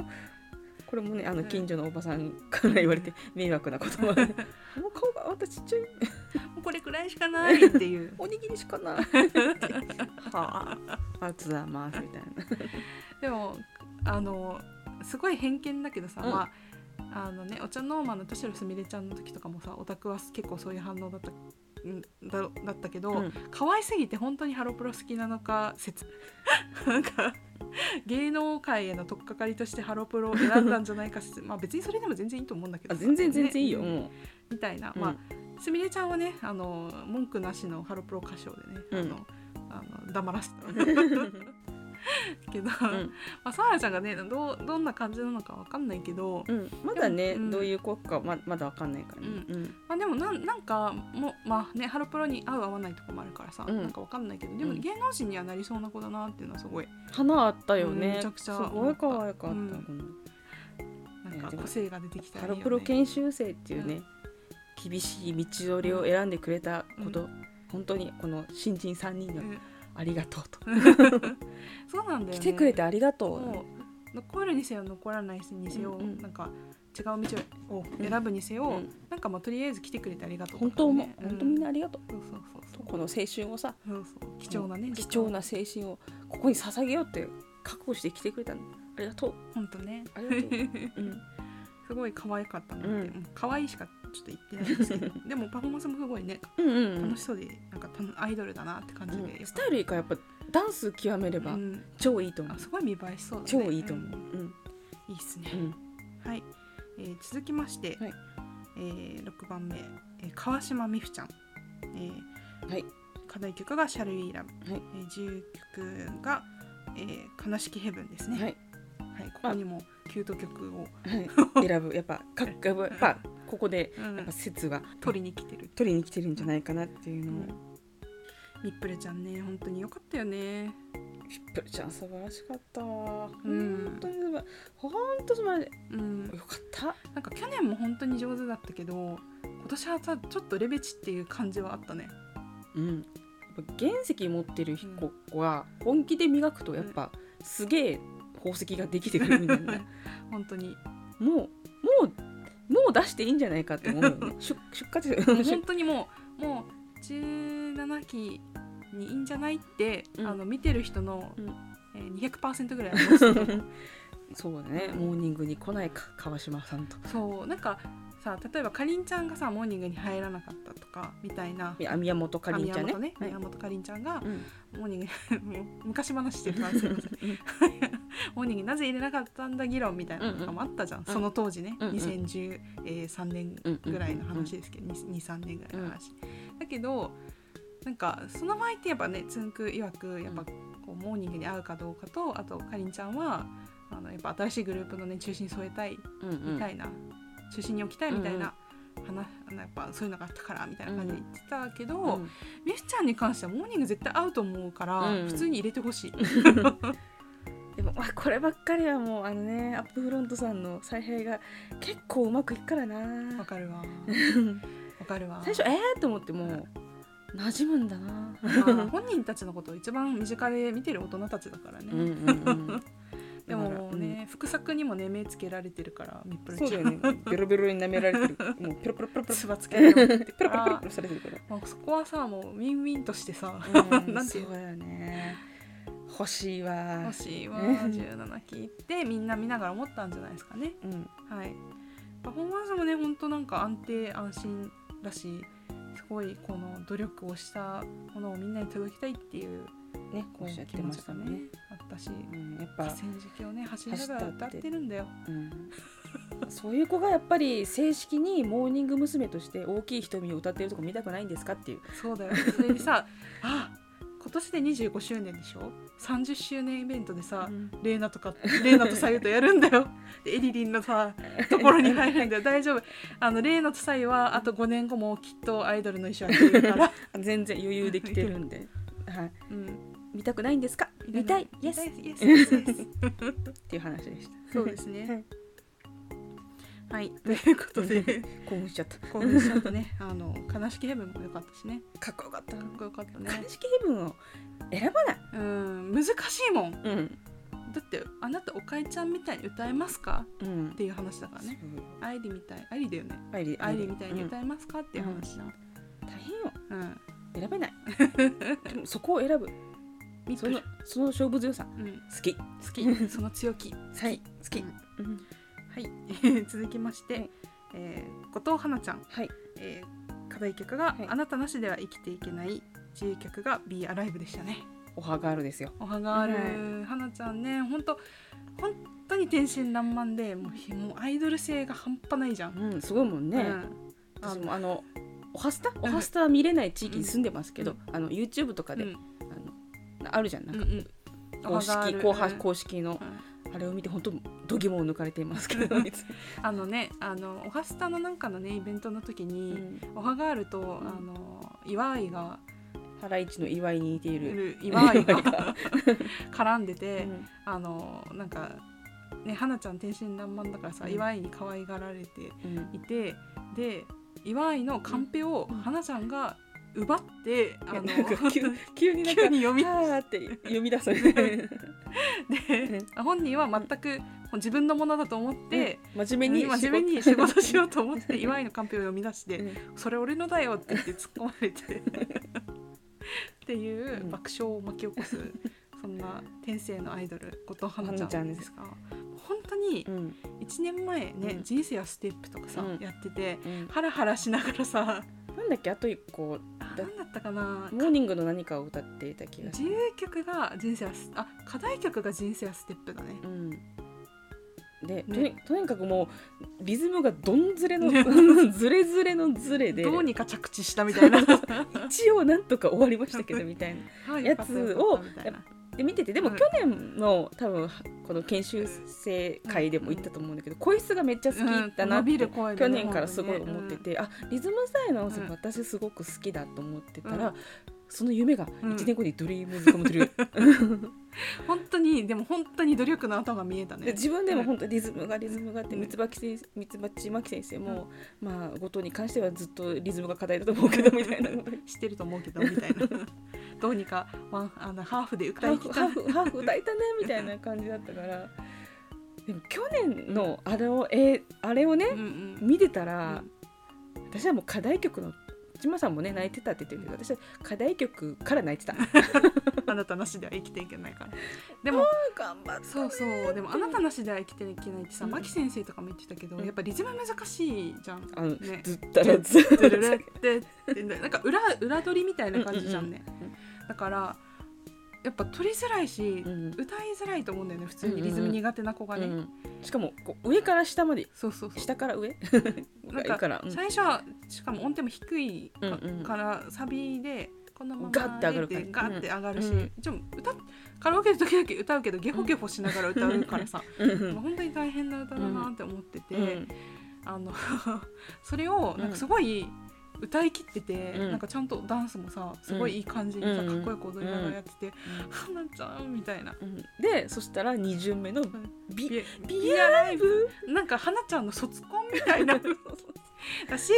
[SPEAKER 2] これもねあの近所のおばさんから言われて迷惑な言 葉で「もう顔があんたちっちゃい
[SPEAKER 1] これくらいしかないっていう。
[SPEAKER 2] おにぎりしかない」 はあありがとうございます」みたいな
[SPEAKER 1] でもあのすごい偏見だけどさ、
[SPEAKER 2] うん
[SPEAKER 1] まああのねお茶ノーマンの田代すみれちゃんの時とかもさオタクは結構そういう反応だった。んだだったけど、
[SPEAKER 2] うん
[SPEAKER 1] 可愛すぎて本当にハロプロ好きなのか説 なんか芸能界への取っかかりとしてハロプロを選んだんじゃないか説 まあ別にそれでも全然いいと思うんだけど
[SPEAKER 2] あ
[SPEAKER 1] さ
[SPEAKER 2] 全然全然いいよ、
[SPEAKER 1] ね
[SPEAKER 2] も
[SPEAKER 1] みたいな、
[SPEAKER 2] うん
[SPEAKER 1] まあすみれちゃんはねあの文句なしのハロプロ歌唱でね、
[SPEAKER 2] うん
[SPEAKER 1] あのあの黙らせた けど、
[SPEAKER 2] ん
[SPEAKER 1] まあ、サーラちゃんがねどうどんな感じなのかわかんないけど、
[SPEAKER 2] うん、まだね、
[SPEAKER 1] でもうん
[SPEAKER 2] どういう子かままだわかんないからね、
[SPEAKER 1] まあ、でもなんなんかもうまあねハロプロに合う合わないとこもあるからさ、
[SPEAKER 2] うん
[SPEAKER 1] なんかわかんないけどでも
[SPEAKER 2] うん
[SPEAKER 1] 芸能人にはなりそうな子だなっていうのはすごい
[SPEAKER 2] 花あったよね、
[SPEAKER 1] うんめちゃくちゃ
[SPEAKER 2] すごい可愛かった、
[SPEAKER 1] うん
[SPEAKER 2] この
[SPEAKER 1] なんか個性が出てきた
[SPEAKER 2] ハ
[SPEAKER 1] ら
[SPEAKER 2] ロ
[SPEAKER 1] いい
[SPEAKER 2] プ
[SPEAKER 1] よ
[SPEAKER 2] ロ
[SPEAKER 1] ね。
[SPEAKER 2] 研修生っていうね、厳しい道のりを選んでくれたこと、本当にこの新人3人
[SPEAKER 1] う
[SPEAKER 2] の
[SPEAKER 1] ん
[SPEAKER 2] ありがとうと、
[SPEAKER 1] そうなんだよ、ね、
[SPEAKER 2] 来てくれてありがとう、
[SPEAKER 1] もう残るにせよ残らないにせよ、
[SPEAKER 2] うんうん
[SPEAKER 1] なんか違う道を選ぶにせよ、
[SPEAKER 2] うん
[SPEAKER 1] なんかまあとりあえず来てくれてありがとう
[SPEAKER 2] 本
[SPEAKER 1] とか
[SPEAKER 2] 当も、
[SPEAKER 1] ね、
[SPEAKER 2] 本当みんな
[SPEAKER 1] う
[SPEAKER 2] ありがとう、
[SPEAKER 1] そうそうそうそう
[SPEAKER 2] この青春をさ
[SPEAKER 1] そうそう貴重なね
[SPEAKER 2] 貴重な青春をここに捧げようって覚悟して来てくれたのありがとう
[SPEAKER 1] 本当ね
[SPEAKER 2] あ りがとうん
[SPEAKER 1] すごい可愛かったので、
[SPEAKER 2] うん
[SPEAKER 1] うん可愛いしかちょっと言ってないんです けどでもパフォーマンスもすごいね
[SPEAKER 2] うんうんうん
[SPEAKER 1] 楽しそうでなんかたのアイドルだなって感じで、
[SPEAKER 2] スタイルいいからやっぱダンス極めれ
[SPEAKER 1] う
[SPEAKER 2] ば
[SPEAKER 1] ん、
[SPEAKER 2] 超いいと思う
[SPEAKER 1] あ、すごい見栄えしそうだね
[SPEAKER 2] 超いいと思う、
[SPEAKER 1] ん
[SPEAKER 2] うん
[SPEAKER 1] いいっすね、
[SPEAKER 2] うん
[SPEAKER 1] はい、えー続きまして、
[SPEAKER 2] はい
[SPEAKER 1] えー、6番目、えー川島美芙ちゃん、えー
[SPEAKER 2] はい
[SPEAKER 1] 課題曲が「シャル・イー・ラブ」
[SPEAKER 2] はい
[SPEAKER 1] えー自由曲が、えー悲しきヘブン」ですね、
[SPEAKER 2] は
[SPEAKER 1] はい
[SPEAKER 2] い
[SPEAKER 1] ここにもキュート曲を、
[SPEAKER 2] はい、選ぶやっぱかっやっぱここで
[SPEAKER 1] うん
[SPEAKER 2] やっぱ説が
[SPEAKER 1] 取りに来てる、
[SPEAKER 2] 取りに来てるんじゃないかなっていう
[SPEAKER 1] う
[SPEAKER 2] のを
[SPEAKER 1] ん、ミップルちゃんね本当によかったよね
[SPEAKER 2] ピップルちゃん素晴らしかった
[SPEAKER 1] ん
[SPEAKER 2] 本当に素晴ら本当素晴らし
[SPEAKER 1] うん
[SPEAKER 2] いよかった
[SPEAKER 1] なんか去年も本当に上手だったけど今年はさちょっとレベチっていう感じはあったね
[SPEAKER 2] うんやっぱ原石持ってる子は本気で磨くとやっぱすげえ宝石ができてくるみたいな
[SPEAKER 1] 本当 に
[SPEAKER 2] もうもうもう出していいんじゃないかって思うよ ね出出荷です
[SPEAKER 1] もう本当にもうもう17期にいいんじゃないって、
[SPEAKER 2] うん
[SPEAKER 1] あの見てる人の、
[SPEAKER 2] うん
[SPEAKER 1] えー、200%ぐらいありますね
[SPEAKER 2] そうだねモーニングに来ないか川島さんと
[SPEAKER 1] そうなんかさ例えばかりんちゃんがさモーニングに入らなかったとかみたいな。
[SPEAKER 2] いや宮本かりんちゃんね
[SPEAKER 1] あ宮本
[SPEAKER 2] はい
[SPEAKER 1] 宮本かりんちゃんが
[SPEAKER 2] うん
[SPEAKER 1] モーニングに もう昔話してるからすいません モーニングになぜ入れなかったんだ議論みたいなのとかもあったじゃん、
[SPEAKER 2] うん
[SPEAKER 1] その当時ね、
[SPEAKER 2] うんうん
[SPEAKER 1] 2013年ぐらいの話ですけど、23年ぐらいの話、だけどなんかその場合ってやっぱねつんく曰くやっぱこうモーニングに合うかどうかとあとかりんちゃんはあのやっぱ新しいグループのね中心に添えたい
[SPEAKER 2] うんうん
[SPEAKER 1] みたいな、中心に置きたいみたいな。話あのやっぱそういうのがあったからみたいな感じで言ってたけど、
[SPEAKER 2] うん
[SPEAKER 1] ミスちゃんに関してはモーニング絶対合うと思うから、
[SPEAKER 2] うん
[SPEAKER 1] 普通に入れてほしい、
[SPEAKER 2] でもまあこればっかりはもうあのねアップフロントさんの采配が結構うまくいくから
[SPEAKER 1] わ
[SPEAKER 2] な
[SPEAKER 1] かる わわかるわ
[SPEAKER 2] 最初えー、と思ってもう馴染むんだな、
[SPEAKER 1] まあ本人たちのことを一番身近で見てる大人たちだからね、でももうね、、副作にもね目つけられてるからミップル
[SPEAKER 2] そう
[SPEAKER 1] ち
[SPEAKER 2] だ
[SPEAKER 1] ゃ
[SPEAKER 2] よ
[SPEAKER 1] ん
[SPEAKER 2] ねベロベロに舐められてるもうペロペロペロペロ
[SPEAKER 1] つばつけられてる
[SPEAKER 2] ペ
[SPEAKER 1] か
[SPEAKER 2] ロペロペロ
[SPEAKER 1] ら
[SPEAKER 2] ペロされてるから
[SPEAKER 1] まあそこはさもうウィンウィンとしてさ、
[SPEAKER 2] うん
[SPEAKER 1] なんていう
[SPEAKER 2] そうだよね欲しいわ
[SPEAKER 1] もしは
[SPEAKER 2] ね
[SPEAKER 1] 17期ってみんな見ながら思ったんじゃないですかね
[SPEAKER 2] うん
[SPEAKER 1] はいパフォーマンスもねほんとなんか安定安心だしすごいこの努力をしたものをみんなに届きたいっていう
[SPEAKER 2] ね
[SPEAKER 1] こ
[SPEAKER 2] おっしゃ
[SPEAKER 1] う
[SPEAKER 2] っ
[SPEAKER 1] 気
[SPEAKER 2] て
[SPEAKER 1] 持
[SPEAKER 2] ま
[SPEAKER 1] ち
[SPEAKER 2] した
[SPEAKER 1] が
[SPEAKER 2] もん
[SPEAKER 1] ね
[SPEAKER 2] ね
[SPEAKER 1] あったし
[SPEAKER 2] うんやっ
[SPEAKER 1] 河川
[SPEAKER 2] ぱ
[SPEAKER 1] 敷をね走りながら歌ってるんだよ
[SPEAKER 2] うんそういう子がやっぱり正式にモーニング娘。として大きい瞳を歌ってるとこ見たくないんですかっていう
[SPEAKER 1] そう だよそれにさあ今年で25周年でしょ30周年イベントでさ、レイナとかレイナとサユとやるんだ よでエリリンのさところに入るんだよ大丈夫あのレイナとサユはあと5年後もきっとアイドルの衣装やってる から、
[SPEAKER 2] 全然余裕できてるんで、はい、
[SPEAKER 1] うん、
[SPEAKER 2] 見たくないんですか見たいイエスっ
[SPEAKER 1] イエスイエスイエス
[SPEAKER 2] ていう話でした
[SPEAKER 1] そうです
[SPEAKER 2] は
[SPEAKER 1] ね
[SPEAKER 2] い。
[SPEAKER 1] はい、ということで、
[SPEAKER 2] 興奮しちゃったか
[SPEAKER 1] こうちゃんとね、 あの悲しきヘブンも良かったしね。
[SPEAKER 2] っこよかった
[SPEAKER 1] かっこよかったね
[SPEAKER 2] 悲。しきヘブンを選ばない、
[SPEAKER 1] うん、難しいもん。だ
[SPEAKER 2] うん
[SPEAKER 1] ってあなたおかえちゃんみたいに歌えますか
[SPEAKER 2] うん
[SPEAKER 1] っていう話だからね。アイリみたい、アイリだよね。
[SPEAKER 2] アイリ
[SPEAKER 1] アイリみたいに
[SPEAKER 2] うん
[SPEAKER 1] 歌えますかっていう話だ。
[SPEAKER 2] 大変よ
[SPEAKER 1] うん。
[SPEAKER 2] 選べない でもそこを選ぶ
[SPEAKER 1] ミッ
[SPEAKER 2] そ
[SPEAKER 1] プ
[SPEAKER 2] の
[SPEAKER 1] ル。
[SPEAKER 2] その勝負強さ
[SPEAKER 1] うん。
[SPEAKER 2] 好き
[SPEAKER 1] 好き。その強気。
[SPEAKER 2] はい好き、
[SPEAKER 1] うん
[SPEAKER 2] うん
[SPEAKER 1] はい。 続きまして、
[SPEAKER 2] はい
[SPEAKER 1] えー後藤花ちゃん。
[SPEAKER 2] はい
[SPEAKER 1] えー課題曲が、
[SPEAKER 2] はい
[SPEAKER 1] あなたなしでは生きていけない自由曲が Be Alive でしたね。
[SPEAKER 2] おはがあるですよ
[SPEAKER 1] おはがある、
[SPEAKER 2] は
[SPEAKER 1] 花ちゃんね本当本当に天真爛漫でもうひもうアイドル性が半端ないじゃん。
[SPEAKER 2] うんすごいもんね、
[SPEAKER 1] うん
[SPEAKER 2] 私もあのおはスタおはスタは見れない地域に住んでますけど、あの YouTube とかで、
[SPEAKER 1] うん
[SPEAKER 2] あのあるじゃんなんか
[SPEAKER 1] ん
[SPEAKER 2] 公式
[SPEAKER 1] 後半
[SPEAKER 2] 公派公式の
[SPEAKER 1] うん
[SPEAKER 2] あれを見て本当度肝を抜かれていますけど、いつ
[SPEAKER 1] あのねあのおはスタのなんかのねイベントの時
[SPEAKER 2] も
[SPEAKER 1] に、おはがあると、
[SPEAKER 2] ん
[SPEAKER 1] あの岩井が
[SPEAKER 2] ハライチの祝いに似てい
[SPEAKER 1] い
[SPEAKER 2] る。
[SPEAKER 1] る岩井
[SPEAKER 2] 岩井
[SPEAKER 1] が 絡んで
[SPEAKER 2] う
[SPEAKER 1] て、
[SPEAKER 2] ん
[SPEAKER 1] あのなんかね花ちゃん天真爛漫だからさ、
[SPEAKER 2] うん
[SPEAKER 1] 岩井に可愛がられて
[SPEAKER 2] うん
[SPEAKER 1] いてで岩井のカンペを
[SPEAKER 2] うん
[SPEAKER 1] 花ちゃんが奪って、あの
[SPEAKER 2] なん か急急になんか
[SPEAKER 1] 急に読み
[SPEAKER 2] あーって読み 出すみたいな
[SPEAKER 1] で本人は全く自分のものだと思って、
[SPEAKER 2] 真面目に
[SPEAKER 1] 真面目に仕事しようと思って岩井のカンペを読み出して
[SPEAKER 2] う
[SPEAKER 1] 「
[SPEAKER 2] ん
[SPEAKER 1] それ俺のだよ」って言って突っ込まれてっていう
[SPEAKER 2] うん
[SPEAKER 1] 爆笑を巻き起こすそんな天性のアイドル後藤花ちゃんですか本当に
[SPEAKER 2] うん
[SPEAKER 1] 1年前ね「
[SPEAKER 2] うん
[SPEAKER 1] 人生はステップ」とかさ、
[SPEAKER 2] うん
[SPEAKER 1] やってて
[SPEAKER 2] うん
[SPEAKER 1] ハラハラしながらさ
[SPEAKER 2] なんだっけあと一個
[SPEAKER 1] あ
[SPEAKER 2] だ
[SPEAKER 1] 何だったかな
[SPEAKER 2] モーニングの何かを歌っていた気がす
[SPEAKER 1] 自
[SPEAKER 2] る、
[SPEAKER 1] 由曲が人生はスあ課題曲が人生はステップだね
[SPEAKER 2] うん、で、とに
[SPEAKER 1] ね
[SPEAKER 2] とにかくもうリズムがどんずれの ずれずれのずれで
[SPEAKER 1] どうにか着地したみたい な
[SPEAKER 2] 一応なんとか終わりました けどみたいな
[SPEAKER 1] はい
[SPEAKER 2] やつ
[SPEAKER 1] よ
[SPEAKER 2] を
[SPEAKER 1] かったよかったみたいな
[SPEAKER 2] で見ててでも
[SPEAKER 1] うん
[SPEAKER 2] 去年の多分この研修生会でも言ったと思うんだけど声質がめっちゃ好きだな
[SPEAKER 1] 伸
[SPEAKER 2] っ
[SPEAKER 1] び
[SPEAKER 2] て
[SPEAKER 1] る声
[SPEAKER 2] 去
[SPEAKER 1] でね
[SPEAKER 2] 年からすごい思ってて、あリズムさえ直せば私すごく好きだと思ってたら、
[SPEAKER 1] うん
[SPEAKER 2] その夢が
[SPEAKER 1] うん
[SPEAKER 2] 1年後にドリームズカムトゥ ルー、
[SPEAKER 1] 本当にでも本当に努力の頭が見えた
[SPEAKER 2] で
[SPEAKER 1] ね。
[SPEAKER 2] 自分でも本当リズムがリズムがあって
[SPEAKER 1] うん
[SPEAKER 2] 三ツ鉢先生三ツ鉢真木先生も、まあ後藤に関してはずっとリズムが課題だと思うけどみたいなこと
[SPEAKER 1] してると思うけどみた いな。どうにかワンあのハーフで歌
[SPEAKER 2] ハー
[SPEAKER 1] い
[SPEAKER 2] フ
[SPEAKER 1] き
[SPEAKER 2] ハ
[SPEAKER 1] た
[SPEAKER 2] ーフハーフ歌えたねみたいな感じだったからでも去年のあれを,、えーあれをね
[SPEAKER 1] うんうん
[SPEAKER 2] 見てたら、私はもう課題曲の島さんもね泣いてたって言ってるけど私は課題曲から泣いてた
[SPEAKER 1] あなたなしでは生きていけないから。でも
[SPEAKER 2] 頑張っ
[SPEAKER 1] そうそうでもあなたなしでは生きていけないってさ
[SPEAKER 2] うん
[SPEAKER 1] 牧、先生とかも言ってたけど
[SPEAKER 2] うん
[SPEAKER 1] やっぱリズム難しいじゃん。
[SPEAKER 2] あの、
[SPEAKER 1] ね
[SPEAKER 2] ずったらずった
[SPEAKER 1] ドゥ
[SPEAKER 2] ら
[SPEAKER 1] ルルってってなんか裏裏取りみたいな感じじゃんね。だからやっぱ取りづらいし、
[SPEAKER 2] うん
[SPEAKER 1] 歌いづらいと思うんだよね普通にリズム苦手な子がね。
[SPEAKER 2] うんしかもこう上から下まで
[SPEAKER 1] そうそうそう。
[SPEAKER 2] 下から上
[SPEAKER 1] な
[SPEAKER 2] が
[SPEAKER 1] ん
[SPEAKER 2] い
[SPEAKER 1] か
[SPEAKER 2] いから、うん
[SPEAKER 1] 最初はしかも音程も低いか,、
[SPEAKER 2] うんうん
[SPEAKER 1] らサビでこのまま
[SPEAKER 2] ガッて上がる
[SPEAKER 1] で
[SPEAKER 2] 感じ
[SPEAKER 1] ガッて上がるし、
[SPEAKER 2] うん
[SPEAKER 1] ちょ歌っカラオケの時々歌うけどゲホゲホしながら歌うからさ、
[SPEAKER 2] うんう
[SPEAKER 1] まあ
[SPEAKER 2] ん
[SPEAKER 1] 本当に大変な歌だなって思ってて、
[SPEAKER 2] うん
[SPEAKER 1] あの それをなんかすごい歌い切ってて、
[SPEAKER 2] うん
[SPEAKER 1] なんかちゃんとダンスもさすごいいい感じにさ、
[SPEAKER 2] うん
[SPEAKER 1] かっこよく踊りながらやってて「花、ちゃん」みたいな。
[SPEAKER 2] うんでそしたら2巡目のビ
[SPEAKER 1] ビ
[SPEAKER 2] ビアライブ
[SPEAKER 1] なんか花ちゃんの卒コンみた いなだし、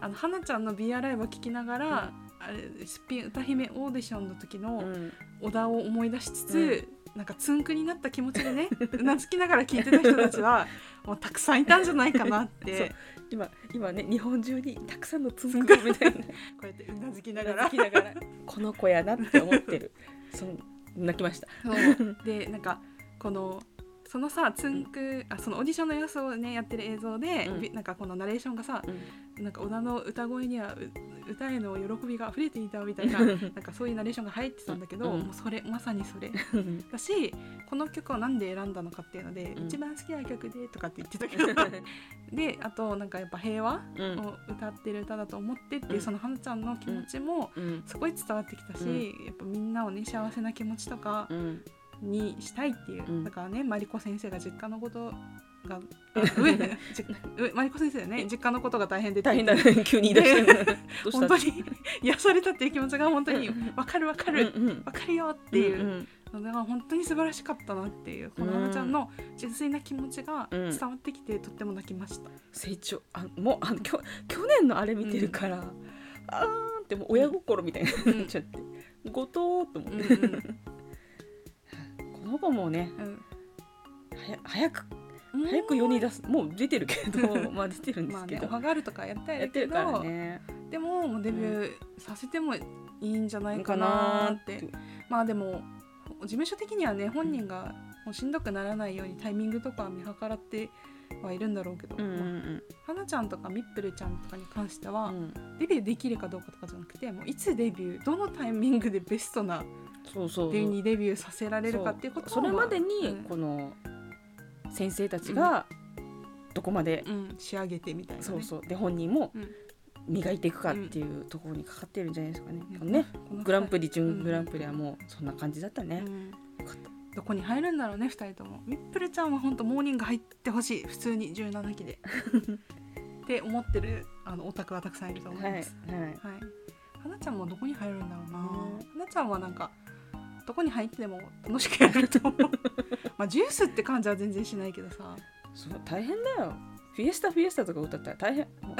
[SPEAKER 1] あの花ちゃんの B アライブを聞きながら、あれすっぴん歌姫オーディションの時
[SPEAKER 2] う
[SPEAKER 1] の
[SPEAKER 2] ん
[SPEAKER 1] 小田を思い出しつつ、なんかつんくになった気持ちでね うなずきながら聞いてた人たち はもうたくさんいたんじゃないかなっ
[SPEAKER 2] そう
[SPEAKER 1] て
[SPEAKER 2] 今今ね日本中にたくさんのつんくみたいな
[SPEAKER 1] こうやってうなずきながら
[SPEAKER 2] 泣きながらこの子やなって思っ てるその泣きました
[SPEAKER 1] そうでなんかこのそのさつんくあそのオーディションの様子をねやってる映像で、
[SPEAKER 2] うん
[SPEAKER 1] びなんかこのナレーションがさ
[SPEAKER 2] うん
[SPEAKER 1] なんか小田の歌声にはう歌への喜びが溢れていたみたい ななんかそういうナレーションが入ってたんだけど、
[SPEAKER 2] うん
[SPEAKER 1] もうそれまさにそれだしこの曲をなんで選んだのかっていうので、
[SPEAKER 2] ん
[SPEAKER 1] 一番好きな曲でとかって言ってた けどであとなんかやっぱ平和
[SPEAKER 2] うん
[SPEAKER 1] を歌ってる歌だと思ってっていう、
[SPEAKER 2] うん
[SPEAKER 1] その花ちゃんの気持ちも
[SPEAKER 2] うん
[SPEAKER 1] すごい伝わってきたし、
[SPEAKER 2] うん
[SPEAKER 1] やっぱみんなをね幸せな気持ちとか
[SPEAKER 2] うん
[SPEAKER 1] にしたいっていう、
[SPEAKER 2] うん
[SPEAKER 1] だからねマリコ先生が実家のこと があ上じ上マリコ先生ね実家のことが大変でって
[SPEAKER 2] 大変だね急に言い出したねどうした
[SPEAKER 1] 本当に癒されたっていう気持ちが本当にわかるわかる、
[SPEAKER 2] うんうん
[SPEAKER 1] わかるよっていう。
[SPEAKER 2] んん
[SPEAKER 1] だから本当に素晴らしかったなっていうこの花ちゃんの純粋な気持ちが
[SPEAKER 2] うん
[SPEAKER 1] 伝わってきてとっても泣きました、
[SPEAKER 2] 成長あもうあのきょ去年のあれ見てるから、あーんってもう親心みたいに
[SPEAKER 1] う
[SPEAKER 2] なっ
[SPEAKER 1] ん
[SPEAKER 2] ちゃって「後藤」と思って、この子もね
[SPEAKER 1] うん
[SPEAKER 2] はや早く
[SPEAKER 1] うん
[SPEAKER 2] 早く世に出すもう出てるけ どまあ出てるんで
[SPEAKER 1] まあ
[SPEAKER 2] すけ
[SPEAKER 1] ね
[SPEAKER 2] ど、
[SPEAKER 1] おはがあるとかやった
[SPEAKER 2] や
[SPEAKER 1] り
[SPEAKER 2] ってるからね
[SPEAKER 1] でももうデビューさせてもいいんじゃないかなーって、まあでも事務所的にはね本人がもうしんどくならないようにタイミングとかは見計らってはいるんだろうけど、
[SPEAKER 2] うんうん
[SPEAKER 1] まあ花ちゃんとかミップルちゃんとかに関しては、
[SPEAKER 2] うん、うん
[SPEAKER 1] デビューできるかどうかとかじゃなくてもういつデビューどのタイミングでベストな
[SPEAKER 2] そうそう
[SPEAKER 1] デビューにデビューさせられるかっていうことを
[SPEAKER 2] そうそれまで
[SPEAKER 1] う
[SPEAKER 2] に
[SPEAKER 1] ん
[SPEAKER 2] この先生たちがどこまで、
[SPEAKER 1] うん、仕上げてみたいな、ね、
[SPEAKER 2] そうそうで本人も
[SPEAKER 1] うん
[SPEAKER 2] 磨いていくかっていうところにかかってるんじゃないですかね。
[SPEAKER 1] うん
[SPEAKER 2] ねグランプ
[SPEAKER 1] リ、
[SPEAKER 2] リ
[SPEAKER 1] うん
[SPEAKER 2] 準グランプリはもうそんな感じだった
[SPEAKER 1] う
[SPEAKER 2] ね。
[SPEAKER 1] ん
[SPEAKER 2] よかった
[SPEAKER 1] どこに入るんだろうね2人ともミップルちゃんは本当モーニング入ってほしい普通に17期で って思ってるあのオタクはたくさんいると思い
[SPEAKER 2] はいは
[SPEAKER 1] ま
[SPEAKER 2] い
[SPEAKER 1] す、。はいはなちゃんもどこに入るんだろうな、
[SPEAKER 2] ね
[SPEAKER 1] はなちゃんはなんかどこに入っても楽しくやれると思うまあジュースって感じは全然しないけどさ
[SPEAKER 2] そう大変だよ。フィエスタフィエスタとか歌ったら大変。も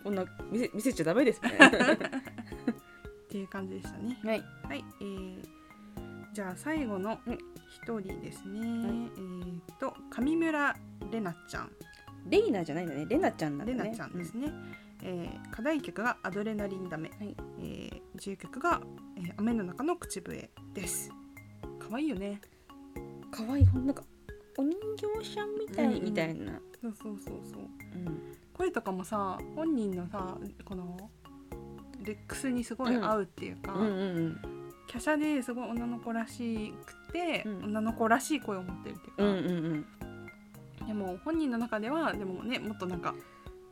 [SPEAKER 2] うこんな見せ見せちゃダメですね。
[SPEAKER 1] っていう感じでしたね
[SPEAKER 2] はい。
[SPEAKER 1] はい、えー、じゃあ最後の
[SPEAKER 2] うん
[SPEAKER 1] 一人ですね、えー、と上村れなちゃん
[SPEAKER 2] レイナじゃないんだね。レナちゃんなんだ
[SPEAKER 1] レ
[SPEAKER 2] ね。
[SPEAKER 1] ナちゃんですね、えー課題曲が「アドレナリンダメ」
[SPEAKER 2] はい
[SPEAKER 1] えー自由曲が、えー雨の中の口笛」です可愛いよね
[SPEAKER 2] うん。可愛いほんなんかお人形さんみた
[SPEAKER 1] うん
[SPEAKER 2] い
[SPEAKER 1] うん
[SPEAKER 2] みたいな。
[SPEAKER 1] そうそうそうそう
[SPEAKER 2] うん。
[SPEAKER 1] 声とかもさ本人のさこのレックスにすごい合うっていうか、
[SPEAKER 2] うんうんうん。
[SPEAKER 1] 華奢ですごい女の子らしくて、
[SPEAKER 2] うん
[SPEAKER 1] 女の子らしい声を持ってるっていうか、
[SPEAKER 2] うんうんうん。
[SPEAKER 1] でも本人の中ではでもねもっとなんか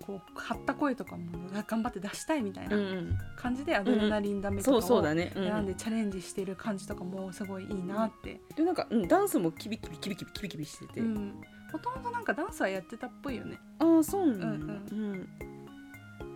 [SPEAKER 1] こう張った声とかも頑張って出したいみたい
[SPEAKER 2] うん
[SPEAKER 1] な感じでアドレナリンダ
[SPEAKER 2] う
[SPEAKER 1] メ
[SPEAKER 2] ん。そ
[SPEAKER 1] と
[SPEAKER 2] うそ
[SPEAKER 1] か
[SPEAKER 2] う
[SPEAKER 1] を
[SPEAKER 2] だね。うんう
[SPEAKER 1] 選ん
[SPEAKER 2] ん。
[SPEAKER 1] でチャレンジしてる感じとかもすごいいいなって、
[SPEAKER 2] でなんかうんダンスもキビキビキビキビキビキビしてて。
[SPEAKER 1] うんもともとなんかダンスはやってたっぽいよね
[SPEAKER 2] ああそうなんだ、
[SPEAKER 1] う
[SPEAKER 2] うん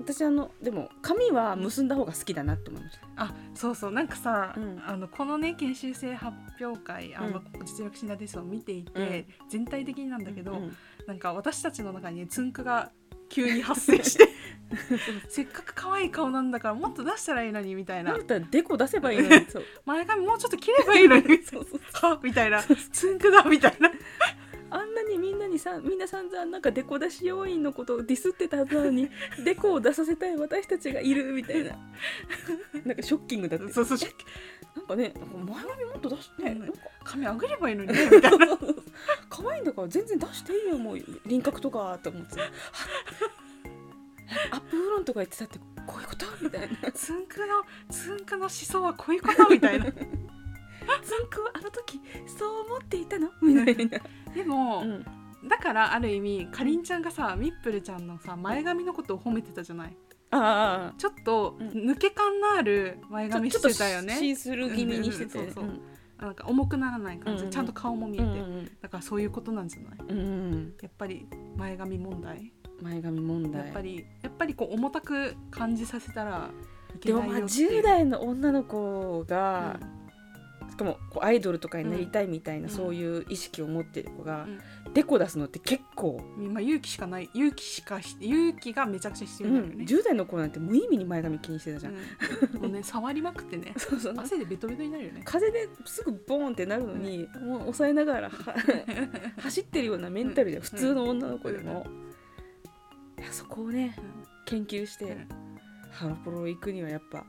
[SPEAKER 2] 私あのでも髪は結んだ方が好きだなって思いました、
[SPEAKER 1] あそうそうなんかさ、
[SPEAKER 2] うん
[SPEAKER 1] あのこのね研修生発表会あの、
[SPEAKER 2] う
[SPEAKER 1] 実力診断テストを見ていて、全体的になんだけど、
[SPEAKER 2] うん
[SPEAKER 1] なんか私たちの中にねつんくが急に発生して せっかく可愛い顔なんだからもっと出したらいいのにみたいな
[SPEAKER 2] なんだったらデコ出せばいいのにそう
[SPEAKER 1] 前髪もうちょっと切ればいいのに
[SPEAKER 2] そうそう
[SPEAKER 1] は みたいなつんくだみたいな
[SPEAKER 2] あんなにみんなにさみんな散々なんかデコ出し要員のことをディスってたはずな のにデコを出させたい私たちがいるみたい ななんかショッキングだって
[SPEAKER 1] そうそうし
[SPEAKER 2] なんかねなんか前髪もっと出して、
[SPEAKER 1] うん
[SPEAKER 2] なんか
[SPEAKER 1] 髪上げればいいのにねみたいな
[SPEAKER 2] 可愛いんだから全然出していいよもう輪郭とかと思 ってはっアップフロントが言ってたってこういうことみた いな
[SPEAKER 1] つんくのつんくの思想はこういうことみ たいな
[SPEAKER 2] つんくはあの時そう思っていたのみたいな、
[SPEAKER 1] でも、
[SPEAKER 2] うん、
[SPEAKER 1] だからある意味かりんちゃんがさミップルちゃんのさ前髪のことを褒めてたじゃない
[SPEAKER 2] ああ
[SPEAKER 1] ちょっと
[SPEAKER 2] うん
[SPEAKER 1] 抜け感のある前
[SPEAKER 2] ちょ
[SPEAKER 1] 髪してたよ
[SPEAKER 2] ちょっとシ
[SPEAKER 1] ね
[SPEAKER 2] ースルー気味にしてて、
[SPEAKER 1] うんうんそうそうなんか重くならない感じ、
[SPEAKER 2] うんうん
[SPEAKER 1] ちゃんと顔も見えて、
[SPEAKER 2] うんうん
[SPEAKER 1] だからそういうことなんじゃない
[SPEAKER 2] うんうん
[SPEAKER 1] やっぱり前髪問題
[SPEAKER 2] 前髪問題
[SPEAKER 1] やっぱりやっぱりこう重たく感じさせたらいけ
[SPEAKER 2] でも
[SPEAKER 1] ない
[SPEAKER 2] まあ
[SPEAKER 1] よっていう
[SPEAKER 2] 10代の女の子
[SPEAKER 1] うん
[SPEAKER 2] が、しかもこうアイドルとかになりたいみたいな、
[SPEAKER 1] うん
[SPEAKER 2] そういう意識を持ってる子が、
[SPEAKER 1] う
[SPEAKER 2] デコ出すのって結構、
[SPEAKER 1] まあ、勇気しかない勇気しかひ勇気がめちゃくちゃ必
[SPEAKER 2] う
[SPEAKER 1] 要になるよ
[SPEAKER 2] ん、
[SPEAKER 1] ね、
[SPEAKER 2] 10代の子なんて無意味に前髪気にしてたじゃん、
[SPEAKER 1] うんもうね触りまくってね
[SPEAKER 2] そうそう
[SPEAKER 1] 汗でベトベトになるよね
[SPEAKER 2] 風ですぐボーンってなるのに、もう抑えながらは 走ってるようなメンタルじゃん、普通の女の子でも、いやそこをね
[SPEAKER 1] うん
[SPEAKER 2] 研究して、
[SPEAKER 1] うん
[SPEAKER 2] ハロプロ行くにはやっぱ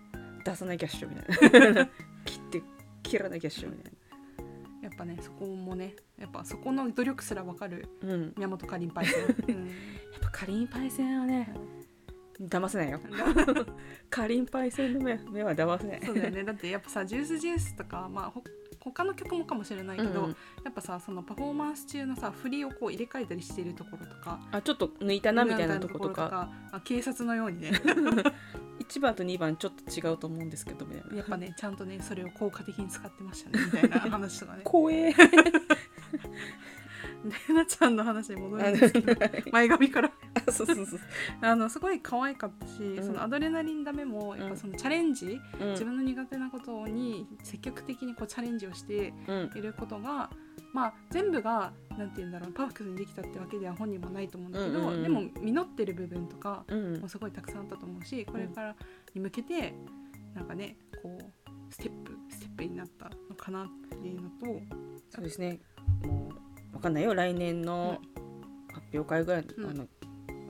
[SPEAKER 2] 出さなきゃっしょみたい な切って切らなきゃっしょみたい
[SPEAKER 1] やっぱねそこもねやっぱそこの努力すらわかる
[SPEAKER 2] な、うん、や
[SPEAKER 1] 宮本かりんぱいさ ん、うん
[SPEAKER 2] っぱかりんぱいせんはね騙せない よかりんぱいせんの目目は騙せない
[SPEAKER 1] そうだよねだってやっぱさ「ジュースジュースとかまあほ他の曲もかもしれないけど、
[SPEAKER 2] うんうん
[SPEAKER 1] やっぱさそのパフォーマンス中のさ振りをこう入れ替えたりしてるところとか
[SPEAKER 2] あちょっと抜いたなみたいなとことか
[SPEAKER 1] あ警察のように ね
[SPEAKER 2] 1番と2番ちょっと違うと思うんですけどみたいな
[SPEAKER 1] やっぱねちゃんとねそれを効果的に使ってましたねみたいな話とか ね
[SPEAKER 2] 怖え
[SPEAKER 1] レナちゃんの話に戻るんですけど 前髪から
[SPEAKER 2] あそうそうそう、
[SPEAKER 1] あのすごい可愛かったし、
[SPEAKER 2] ん
[SPEAKER 1] そのアドレナリンダメもやっぱそのチャレンジ、
[SPEAKER 2] うん
[SPEAKER 1] 自分の苦手なことに積極的にこうチャレンジをして
[SPEAKER 2] うん
[SPEAKER 1] いることが、まあ、全部がなんて言うんだろうパーフェクトにできたってわけでは本人もないと思うんだけど、
[SPEAKER 2] うんうんうん
[SPEAKER 1] でも実ってる部分とか
[SPEAKER 2] うん
[SPEAKER 1] もすごいたくさんあったと思うしこれからに向けてなんかねこうステップステップになったのかなっていうのと
[SPEAKER 2] そうですね。もうわかんないよ。来年の発表会ぐらい、
[SPEAKER 1] うん
[SPEAKER 2] あの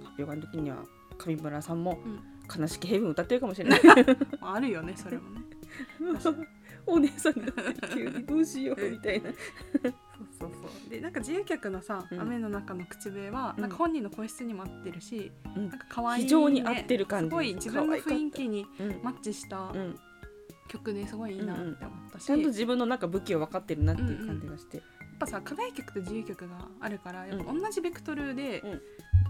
[SPEAKER 2] 発表会の時には上村さんも
[SPEAKER 1] うん
[SPEAKER 2] 悲しきヘブン歌ってるかもしれ ない。
[SPEAKER 1] まああるよねそれもね。
[SPEAKER 2] お姉さんになって急にどうしようみたいな。
[SPEAKER 1] そうそうそうでなんか自由曲のさ「
[SPEAKER 2] うん
[SPEAKER 1] 雨の中の口笛は」
[SPEAKER 2] うん
[SPEAKER 1] なんか本人の声質にも合ってるし、
[SPEAKER 2] うん
[SPEAKER 1] なんか可愛い、ね、
[SPEAKER 2] 非常に合ってる感じ
[SPEAKER 1] すごい自分の雰囲気に
[SPEAKER 2] うん。
[SPEAKER 1] マッチした
[SPEAKER 2] うん、
[SPEAKER 1] 曲ですごいいいなって思ったし、
[SPEAKER 2] ちゃんと
[SPEAKER 1] や
[SPEAKER 2] 自分のなんか武器を分かってるなっていう感じがして、
[SPEAKER 1] っぱさ課題曲と自由曲があるからやっぱ
[SPEAKER 2] う
[SPEAKER 1] 同じベクトルで
[SPEAKER 2] うん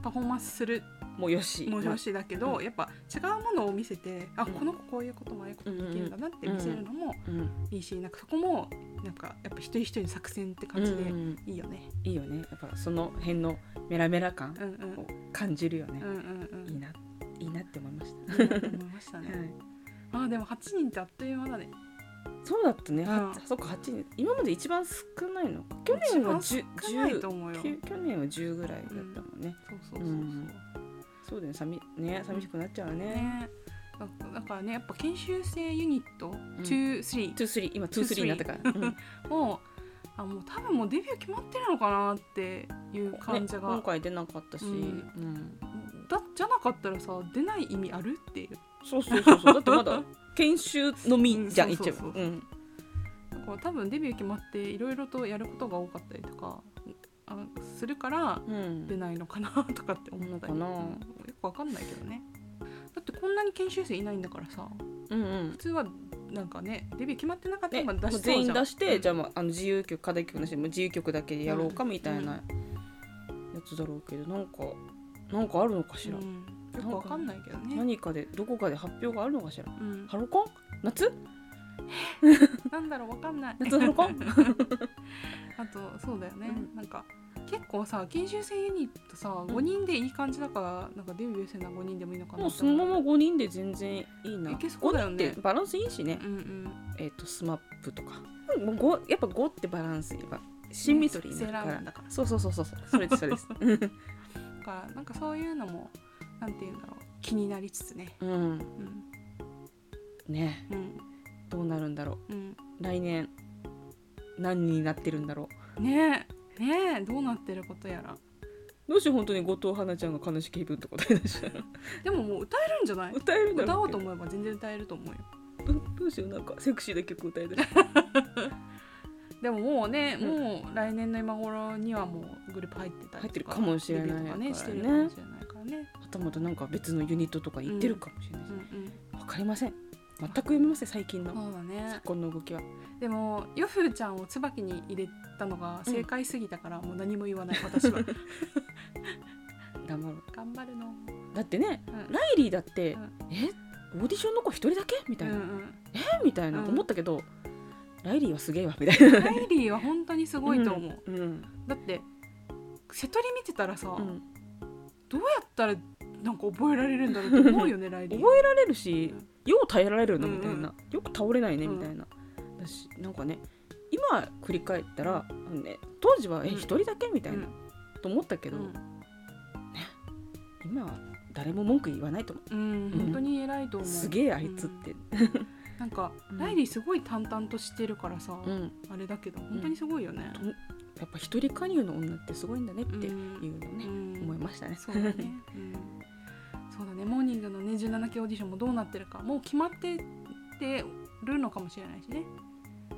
[SPEAKER 1] パフォーマンスする
[SPEAKER 2] もうよし
[SPEAKER 1] もう
[SPEAKER 2] まあ
[SPEAKER 1] よしだけど、
[SPEAKER 2] うん
[SPEAKER 1] やっぱ違うものを見せて、あ
[SPEAKER 2] うん
[SPEAKER 1] この子こういうこともああいうこともできるんだなって見せるのも
[SPEAKER 2] うん
[SPEAKER 1] いいし、なんかそこもなんかやっぱ一人一人の作戦って感じで
[SPEAKER 2] うんうん
[SPEAKER 1] いいよね。
[SPEAKER 2] いいよねやっぱその辺のメラメラ感
[SPEAKER 1] うんうん
[SPEAKER 2] を感じるよね
[SPEAKER 1] うんう、んうん。
[SPEAKER 2] いいないいなって思いまし
[SPEAKER 1] いいなと思いました
[SPEAKER 2] た、
[SPEAKER 1] ね。あーでも八人ってあっという間だね。
[SPEAKER 2] そうだったね、は
[SPEAKER 1] うん
[SPEAKER 2] そっか8人今まで一番少ないのか去
[SPEAKER 1] 一
[SPEAKER 2] 年は
[SPEAKER 1] 番
[SPEAKER 2] 10
[SPEAKER 1] 少ないと
[SPEAKER 2] 10
[SPEAKER 1] 思うよ。
[SPEAKER 2] 去年は10ぐらいだったもんね、
[SPEAKER 1] そうそうそうそう。
[SPEAKER 2] うんそうだよね寂ね寂しくなっちゃうね
[SPEAKER 1] ね。だだからねやっぱ研修生ユニット
[SPEAKER 2] ん
[SPEAKER 1] 23
[SPEAKER 2] 23今23になったから、うん
[SPEAKER 1] もあもう多分もうデビュー決まってるのかなっていう感じ
[SPEAKER 2] ね
[SPEAKER 1] が、
[SPEAKER 2] 今回出なかったし、
[SPEAKER 1] うん
[SPEAKER 2] うん
[SPEAKER 1] だじゃなかったらさ出ない意味あるっていう
[SPEAKER 2] そうそうそうそうだってま だ研修のみじゃん
[SPEAKER 1] うん
[SPEAKER 2] 一
[SPEAKER 1] そうそ
[SPEAKER 2] 応
[SPEAKER 1] うそう
[SPEAKER 2] う
[SPEAKER 1] そ
[SPEAKER 2] ん
[SPEAKER 1] だから多分デビュー決まっていろいろとやることが多かったりとかあするから
[SPEAKER 2] うん
[SPEAKER 1] 出ないのかなとかって思ったり
[SPEAKER 2] なの
[SPEAKER 1] よくわかんないけどねだってこんなに研修生いないんだからさ
[SPEAKER 2] うんうん
[SPEAKER 1] 普通はなんかねデビュー決まってなかった
[SPEAKER 2] ね、
[SPEAKER 1] ら
[SPEAKER 2] も
[SPEAKER 1] まあ出しそ
[SPEAKER 2] う
[SPEAKER 1] う
[SPEAKER 2] 全
[SPEAKER 1] じゃ
[SPEAKER 2] 員
[SPEAKER 1] ん
[SPEAKER 2] 出して、
[SPEAKER 1] うん
[SPEAKER 2] じゃあ,、まあ、あの自由曲課題曲なしでもう自由曲だけでやろうか
[SPEAKER 1] うん
[SPEAKER 2] みたいなやつだろうけど、なんかなんかあるのかしら、
[SPEAKER 1] うんよくわかんないけどね
[SPEAKER 2] 何かでどこかで発表があるのかしら
[SPEAKER 1] うん
[SPEAKER 2] ハロコン夏
[SPEAKER 1] なんだろうわかん ない
[SPEAKER 2] 夏ハロコン
[SPEAKER 1] あとそうだよね、
[SPEAKER 2] うん
[SPEAKER 1] なんか結構さ研修生ユニットさ
[SPEAKER 2] ん
[SPEAKER 1] 5人でいい感じだから、なんかデビュー生な5人でもいいのかな
[SPEAKER 2] もう
[SPEAKER 1] って
[SPEAKER 2] そ
[SPEAKER 1] 思
[SPEAKER 2] のまま5人で全然いいない
[SPEAKER 1] けそうだよね
[SPEAKER 2] 5人ってバランスいいしね、
[SPEAKER 1] うんうん
[SPEAKER 2] えっ、とスマップとかもうごやっぱ5ってバランスいいわシンメトリーにな
[SPEAKER 1] セー
[SPEAKER 2] るか
[SPEAKER 1] ラー
[SPEAKER 2] ら,、
[SPEAKER 1] ムだから
[SPEAKER 2] そうそうそうそうそうそれですそれ です、
[SPEAKER 1] だからなんかそういうのもなんていうんだろう気になりつつね
[SPEAKER 2] うん、
[SPEAKER 1] うん
[SPEAKER 2] ね
[SPEAKER 1] うん
[SPEAKER 2] どうなるんだろ
[SPEAKER 1] うん
[SPEAKER 2] う来年何になってるんだろう
[SPEAKER 1] ねえねえどうなってることやら
[SPEAKER 2] どうして本当に後藤花ちゃんが悲しき気分とか歌い出したら
[SPEAKER 1] でももう歌えるんじゃない
[SPEAKER 2] 歌えるんだ
[SPEAKER 1] 歌
[SPEAKER 2] ろ
[SPEAKER 1] お
[SPEAKER 2] う
[SPEAKER 1] う
[SPEAKER 2] け
[SPEAKER 1] と
[SPEAKER 2] ど
[SPEAKER 1] 思えば全然歌えると思うよ
[SPEAKER 2] どどうしようなんかセクシーな曲歌い出した
[SPEAKER 1] でももうね、
[SPEAKER 2] うん
[SPEAKER 1] もう来年の今頃にはもうグループ入ってたりとか
[SPEAKER 2] 入ってるかもしれない
[SPEAKER 1] デビューとかね
[SPEAKER 2] からね
[SPEAKER 1] してるかもしれないからね、
[SPEAKER 2] またまたなんか別のユニットとか行ってるかもしれないし
[SPEAKER 1] うんうん、
[SPEAKER 2] わ、かりません全く読めません最近の
[SPEAKER 1] そうだね
[SPEAKER 2] 昨今の動きは
[SPEAKER 1] でもヨフーちゃんを椿に入れたのが正解すぎたから、もう何も言わない私 は
[SPEAKER 2] 黙ろう
[SPEAKER 1] 頑張るの、うん
[SPEAKER 2] だってね
[SPEAKER 1] うん
[SPEAKER 2] ライリーだって、
[SPEAKER 1] うん
[SPEAKER 2] えオーディションの子一人だけみたいな、
[SPEAKER 1] うん、
[SPEAKER 2] えみたいな
[SPEAKER 1] うん
[SPEAKER 2] 思ったけど、ライリーはすげえわみたいな
[SPEAKER 1] ライリーは本当にすごいと思う、
[SPEAKER 2] うん
[SPEAKER 1] だって瀬戸り見てたらさ、
[SPEAKER 2] うん
[SPEAKER 1] どうやったらなんか覚えられるんだろうと思うよ ねライリー
[SPEAKER 2] 覚えられるし
[SPEAKER 1] うん
[SPEAKER 2] よう耐えられるの
[SPEAKER 1] うんうん
[SPEAKER 2] みたいな、よく倒れないね
[SPEAKER 1] うん
[SPEAKER 2] みたいな、だしなんかね今振り返ったら、あのね、当時はえ
[SPEAKER 1] うん
[SPEAKER 2] 一、人だけみたいな、
[SPEAKER 1] う
[SPEAKER 2] と思ったけど、今は誰も文句言わないと思
[SPEAKER 1] うん、うん
[SPEAKER 2] うん
[SPEAKER 1] 本当に偉いと
[SPEAKER 2] う、
[SPEAKER 1] 思う
[SPEAKER 2] すげえあいつって、
[SPEAKER 1] なんか、
[SPEAKER 2] うん
[SPEAKER 1] ライリーすごい淡々としてるからさ、
[SPEAKER 2] うん
[SPEAKER 1] あれだけど本当にすごいよね、
[SPEAKER 2] やっぱ一人加入の女ってすごいんだねっていうのをね、
[SPEAKER 1] うん
[SPEAKER 2] 思いましたね。
[SPEAKER 1] そうだね、うん、そうだねモーニングのね17期オーディションもどうなってるかもう決まっててるのかもしれないしね、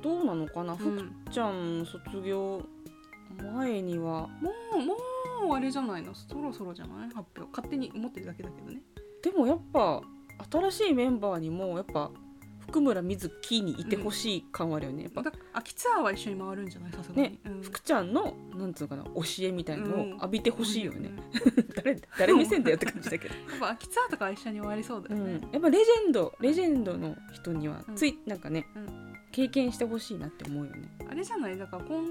[SPEAKER 2] どうなのかな、
[SPEAKER 1] うん、
[SPEAKER 2] ふくちゃん卒業前には
[SPEAKER 1] もうもうあれじゃないのそろそろじゃない発表勝手に思ってるだけだけどね
[SPEAKER 2] でもやっぱ新しいメンバーにもやっぱ福村瑞希にいてほしい感はあるよね、やっぱ
[SPEAKER 1] だ秋ツアーは一緒に回るんじゃないさすがに、
[SPEAKER 2] ね
[SPEAKER 1] うん、
[SPEAKER 2] 福ちゃんのなんつうのかな教えみたいのを浴びてほしいよね、
[SPEAKER 1] うん
[SPEAKER 2] 誰誰目線だよって感じだけど、
[SPEAKER 1] やっぱ秋ツアーとかは一緒に終わりそうだ
[SPEAKER 2] う
[SPEAKER 1] よ
[SPEAKER 2] ん
[SPEAKER 1] ね、
[SPEAKER 2] やっぱレジェンドレジェンドの人には
[SPEAKER 1] うん
[SPEAKER 2] つい、なんかね、
[SPEAKER 1] う
[SPEAKER 2] 経験してほしいなって思うよね
[SPEAKER 1] あれじゃないだから今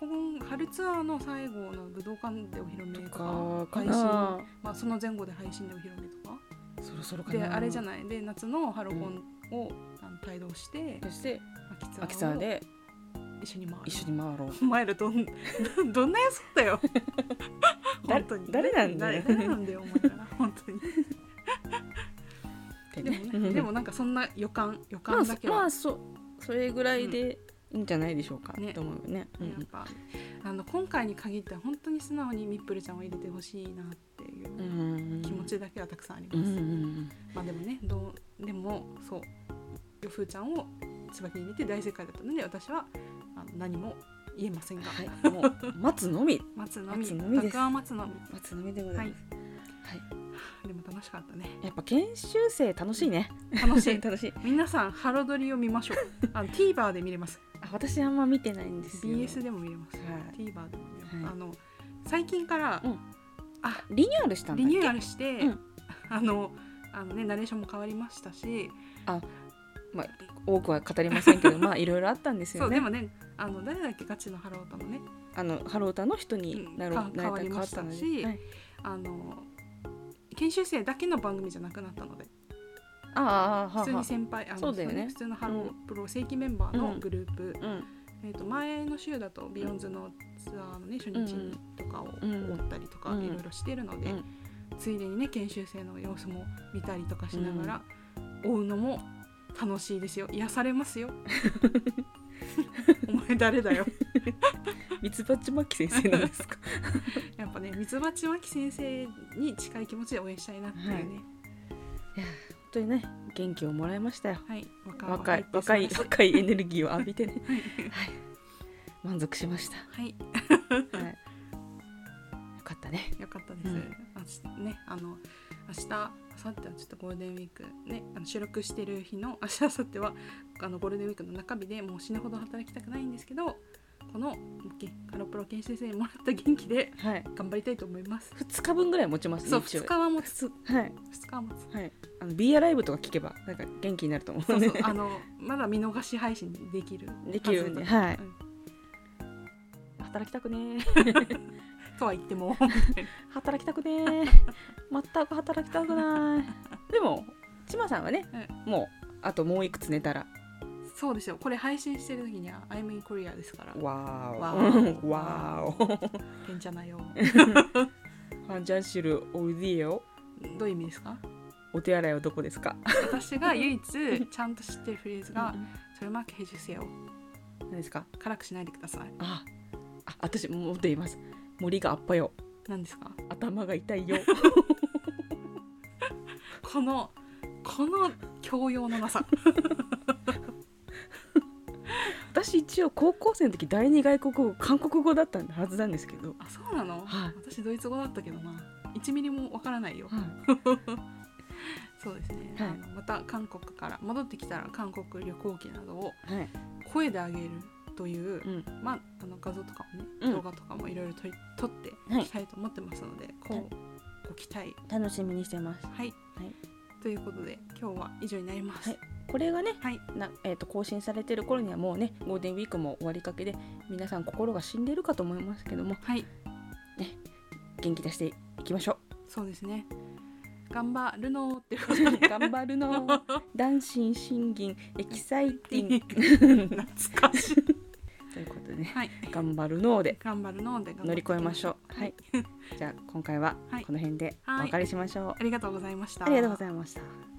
[SPEAKER 1] 今春ツアーの最後の武道館でお披露目と
[SPEAKER 2] と
[SPEAKER 1] か
[SPEAKER 2] かか
[SPEAKER 1] 配信、
[SPEAKER 2] な
[SPEAKER 1] まあ、その前後で配信でお披露目とか
[SPEAKER 2] そろそろかな
[SPEAKER 1] であれじゃないで夏のハロコンを、あの帯同して
[SPEAKER 2] そして
[SPEAKER 1] 秋ツア
[SPEAKER 2] 秋沢
[SPEAKER 1] ーを
[SPEAKER 2] で
[SPEAKER 1] 一緒に回る
[SPEAKER 2] 一緒に回ろう
[SPEAKER 1] お前らどん どんなやつだよ
[SPEAKER 2] だ
[SPEAKER 1] 本当に
[SPEAKER 2] 誰なんだよ
[SPEAKER 1] 誰誰なんだよお前 ら本当に
[SPEAKER 2] って
[SPEAKER 1] で
[SPEAKER 2] ね
[SPEAKER 1] も,、ね、でもなんかそんな予感予
[SPEAKER 2] まあ
[SPEAKER 1] 感だけ
[SPEAKER 2] そま
[SPEAKER 1] は、
[SPEAKER 2] あそうそれぐらいでいいんじゃないでしょうか、
[SPEAKER 1] ね
[SPEAKER 2] と思うよね、うんう
[SPEAKER 1] やっぱあの今回に限っては本当に素直にミップルちゃんを入れてほしいなっていうん気持ちだけはたくさんあり
[SPEAKER 2] うん
[SPEAKER 1] ます、
[SPEAKER 2] うんうん
[SPEAKER 1] まあでもねどうでもそうよふーちゃんを椿に入れて大正解だったので私はあの何も言えませんが、
[SPEAKER 2] はいもう待つのみ
[SPEAKER 1] 松のみ
[SPEAKER 2] 松のみで
[SPEAKER 1] 爆
[SPEAKER 2] す
[SPEAKER 1] 破松のみ
[SPEAKER 2] 待つのみでございます、はい
[SPEAKER 1] でも楽しかったね
[SPEAKER 2] やっぱ研修生楽しいね
[SPEAKER 1] 楽しい
[SPEAKER 2] 楽しい
[SPEAKER 1] 皆さんハロドリを見ましょうあの TVer で見れます
[SPEAKER 2] あ私あんま見てないんですよ
[SPEAKER 1] BS でも見れます
[SPEAKER 2] はい
[SPEAKER 1] TVer でも見れます、
[SPEAKER 2] はい
[SPEAKER 1] あの最近から、
[SPEAKER 2] うん
[SPEAKER 1] あ
[SPEAKER 2] リニューアルしたん
[SPEAKER 1] リ
[SPEAKER 2] だっけ
[SPEAKER 1] ニューアルして、
[SPEAKER 2] うん
[SPEAKER 1] あのあのねナレーションも変わりましたし、
[SPEAKER 2] 多くは語りません けどまあいろいろあったんです
[SPEAKER 1] そ
[SPEAKER 2] よ
[SPEAKER 1] う
[SPEAKER 2] ね
[SPEAKER 1] でもねあの誰だっけガチのハロータのね
[SPEAKER 2] あのハロータの人
[SPEAKER 1] う
[SPEAKER 2] に
[SPEAKER 1] ん
[SPEAKER 2] なる、
[SPEAKER 1] か
[SPEAKER 2] なれた
[SPEAKER 1] 変わりましたし
[SPEAKER 2] 変わったのではい
[SPEAKER 1] あの研修生だけの番組じゃなくなったので
[SPEAKER 2] ああああはあ
[SPEAKER 1] 普通
[SPEAKER 2] は
[SPEAKER 1] に先輩あの
[SPEAKER 2] そうだよね
[SPEAKER 1] の普通のハロープロ正規メンバーのグループ、
[SPEAKER 2] あうん
[SPEAKER 1] えー、と前の週だとビヨンズのツアーのね初日にとかを
[SPEAKER 2] うん
[SPEAKER 1] 追ったりとか
[SPEAKER 2] うん
[SPEAKER 1] いろいろしてるので、
[SPEAKER 2] うん
[SPEAKER 1] ついでにね研修生の様子も見たりとかしながら追うのも楽しいですよ癒されます よお前誰だよ
[SPEAKER 2] ミツバチマキ先生なんですか
[SPEAKER 1] やっぱねミツバチマキ先生に近い気持ちで応援したいなっていうね
[SPEAKER 2] 本当にね元気をもらいましたよ
[SPEAKER 1] はい、若
[SPEAKER 2] 若い
[SPEAKER 1] 若
[SPEAKER 2] 若
[SPEAKER 1] いっ
[SPEAKER 2] い
[SPEAKER 1] て素晴らし
[SPEAKER 2] 若いエネルギーを浴びてね はい満足しました
[SPEAKER 1] いはい
[SPEAKER 2] はいよかったね
[SPEAKER 1] よかったです。
[SPEAKER 2] うん
[SPEAKER 1] あしね、あの明日明後日はちょっとゴールデンウィークね、あの収録してる日の明日明後日はあのゴールデンウィークの中日でもう死ぬほど働きたくないんですけど、このけカロプロ研修生にもらった元気で
[SPEAKER 2] はい
[SPEAKER 1] 頑張りたいと思います。
[SPEAKER 2] 2日分ぐらい持ちますね
[SPEAKER 1] そう
[SPEAKER 2] 一応
[SPEAKER 1] 2日は持つ、
[SPEAKER 2] はい
[SPEAKER 1] 2日は持つ。
[SPEAKER 2] はいあの B アライブとか聞けばなんか元気になると思う
[SPEAKER 1] そ
[SPEAKER 2] ん
[SPEAKER 1] う
[SPEAKER 2] で
[SPEAKER 1] そう、あのまだ見逃し配信できる
[SPEAKER 2] できるんで
[SPEAKER 1] はず
[SPEAKER 2] はい
[SPEAKER 1] うん
[SPEAKER 2] 働きたくねー
[SPEAKER 1] とは言って も
[SPEAKER 2] 働きたくね ー全く働きたくないでもちまさんはね、もうあともういくつ寝たら
[SPEAKER 1] そうですよ。これ配信してる時には I'm in Korea ですから。
[SPEAKER 2] わ
[SPEAKER 1] ーお
[SPEAKER 2] わーお
[SPEAKER 1] けんちゃなよ。
[SPEAKER 2] ファンジャンシルおいでよ
[SPEAKER 1] どういう意味ですか？
[SPEAKER 2] お手洗いはどこですか
[SPEAKER 1] 私が唯一ちゃんと知ってるフレーズが「それまけへじゅせよ
[SPEAKER 2] 何ですか
[SPEAKER 1] 辛くしないでください
[SPEAKER 2] ああ私もっと言います森があっぱよ」
[SPEAKER 1] 何ですか
[SPEAKER 2] 頭が痛い よ
[SPEAKER 1] このこの教養のな さ
[SPEAKER 2] 私一応高校生の時第二外国語韓国語だったはずなんですけど、
[SPEAKER 1] あそうなの、
[SPEAKER 2] はい
[SPEAKER 1] 私ドイツ語だったけどな1ミリもわからないよそうですね、
[SPEAKER 2] はい
[SPEAKER 1] あのまた韓国から戻ってきたら韓国旅行記などを
[SPEAKER 2] はい、
[SPEAKER 1] 声であげるという、
[SPEAKER 2] うん
[SPEAKER 1] まあ、あの画像とかもね、
[SPEAKER 2] うん
[SPEAKER 1] 動画とかもいろいろ撮り撮って
[SPEAKER 2] はい
[SPEAKER 1] いきたいと思ってますので、こうご期待
[SPEAKER 2] 楽しみにしてます
[SPEAKER 1] はい、
[SPEAKER 2] はい
[SPEAKER 1] ということで今日は以上になります
[SPEAKER 2] はいこれがね
[SPEAKER 1] はい
[SPEAKER 2] な、えー、と更新されてる頃にはもうねゴールデンウィークも終わりかけで皆さん心が死んでるかと思いますけども
[SPEAKER 1] はい
[SPEAKER 2] 元気出していきましょ
[SPEAKER 1] そうですね。頑張るのーってこ
[SPEAKER 2] う 頑張るの男心心銀エキサイティング
[SPEAKER 1] と懐かしい。
[SPEAKER 2] ということでね
[SPEAKER 1] はい。
[SPEAKER 2] 頑張るので
[SPEAKER 1] 頑張るのーで頑張って
[SPEAKER 2] 乗り越えましょう
[SPEAKER 1] いき
[SPEAKER 2] はいじゃあ今回ははいこの辺でお別れしましょう、
[SPEAKER 1] ありがとうございました。
[SPEAKER 2] ありがとうございました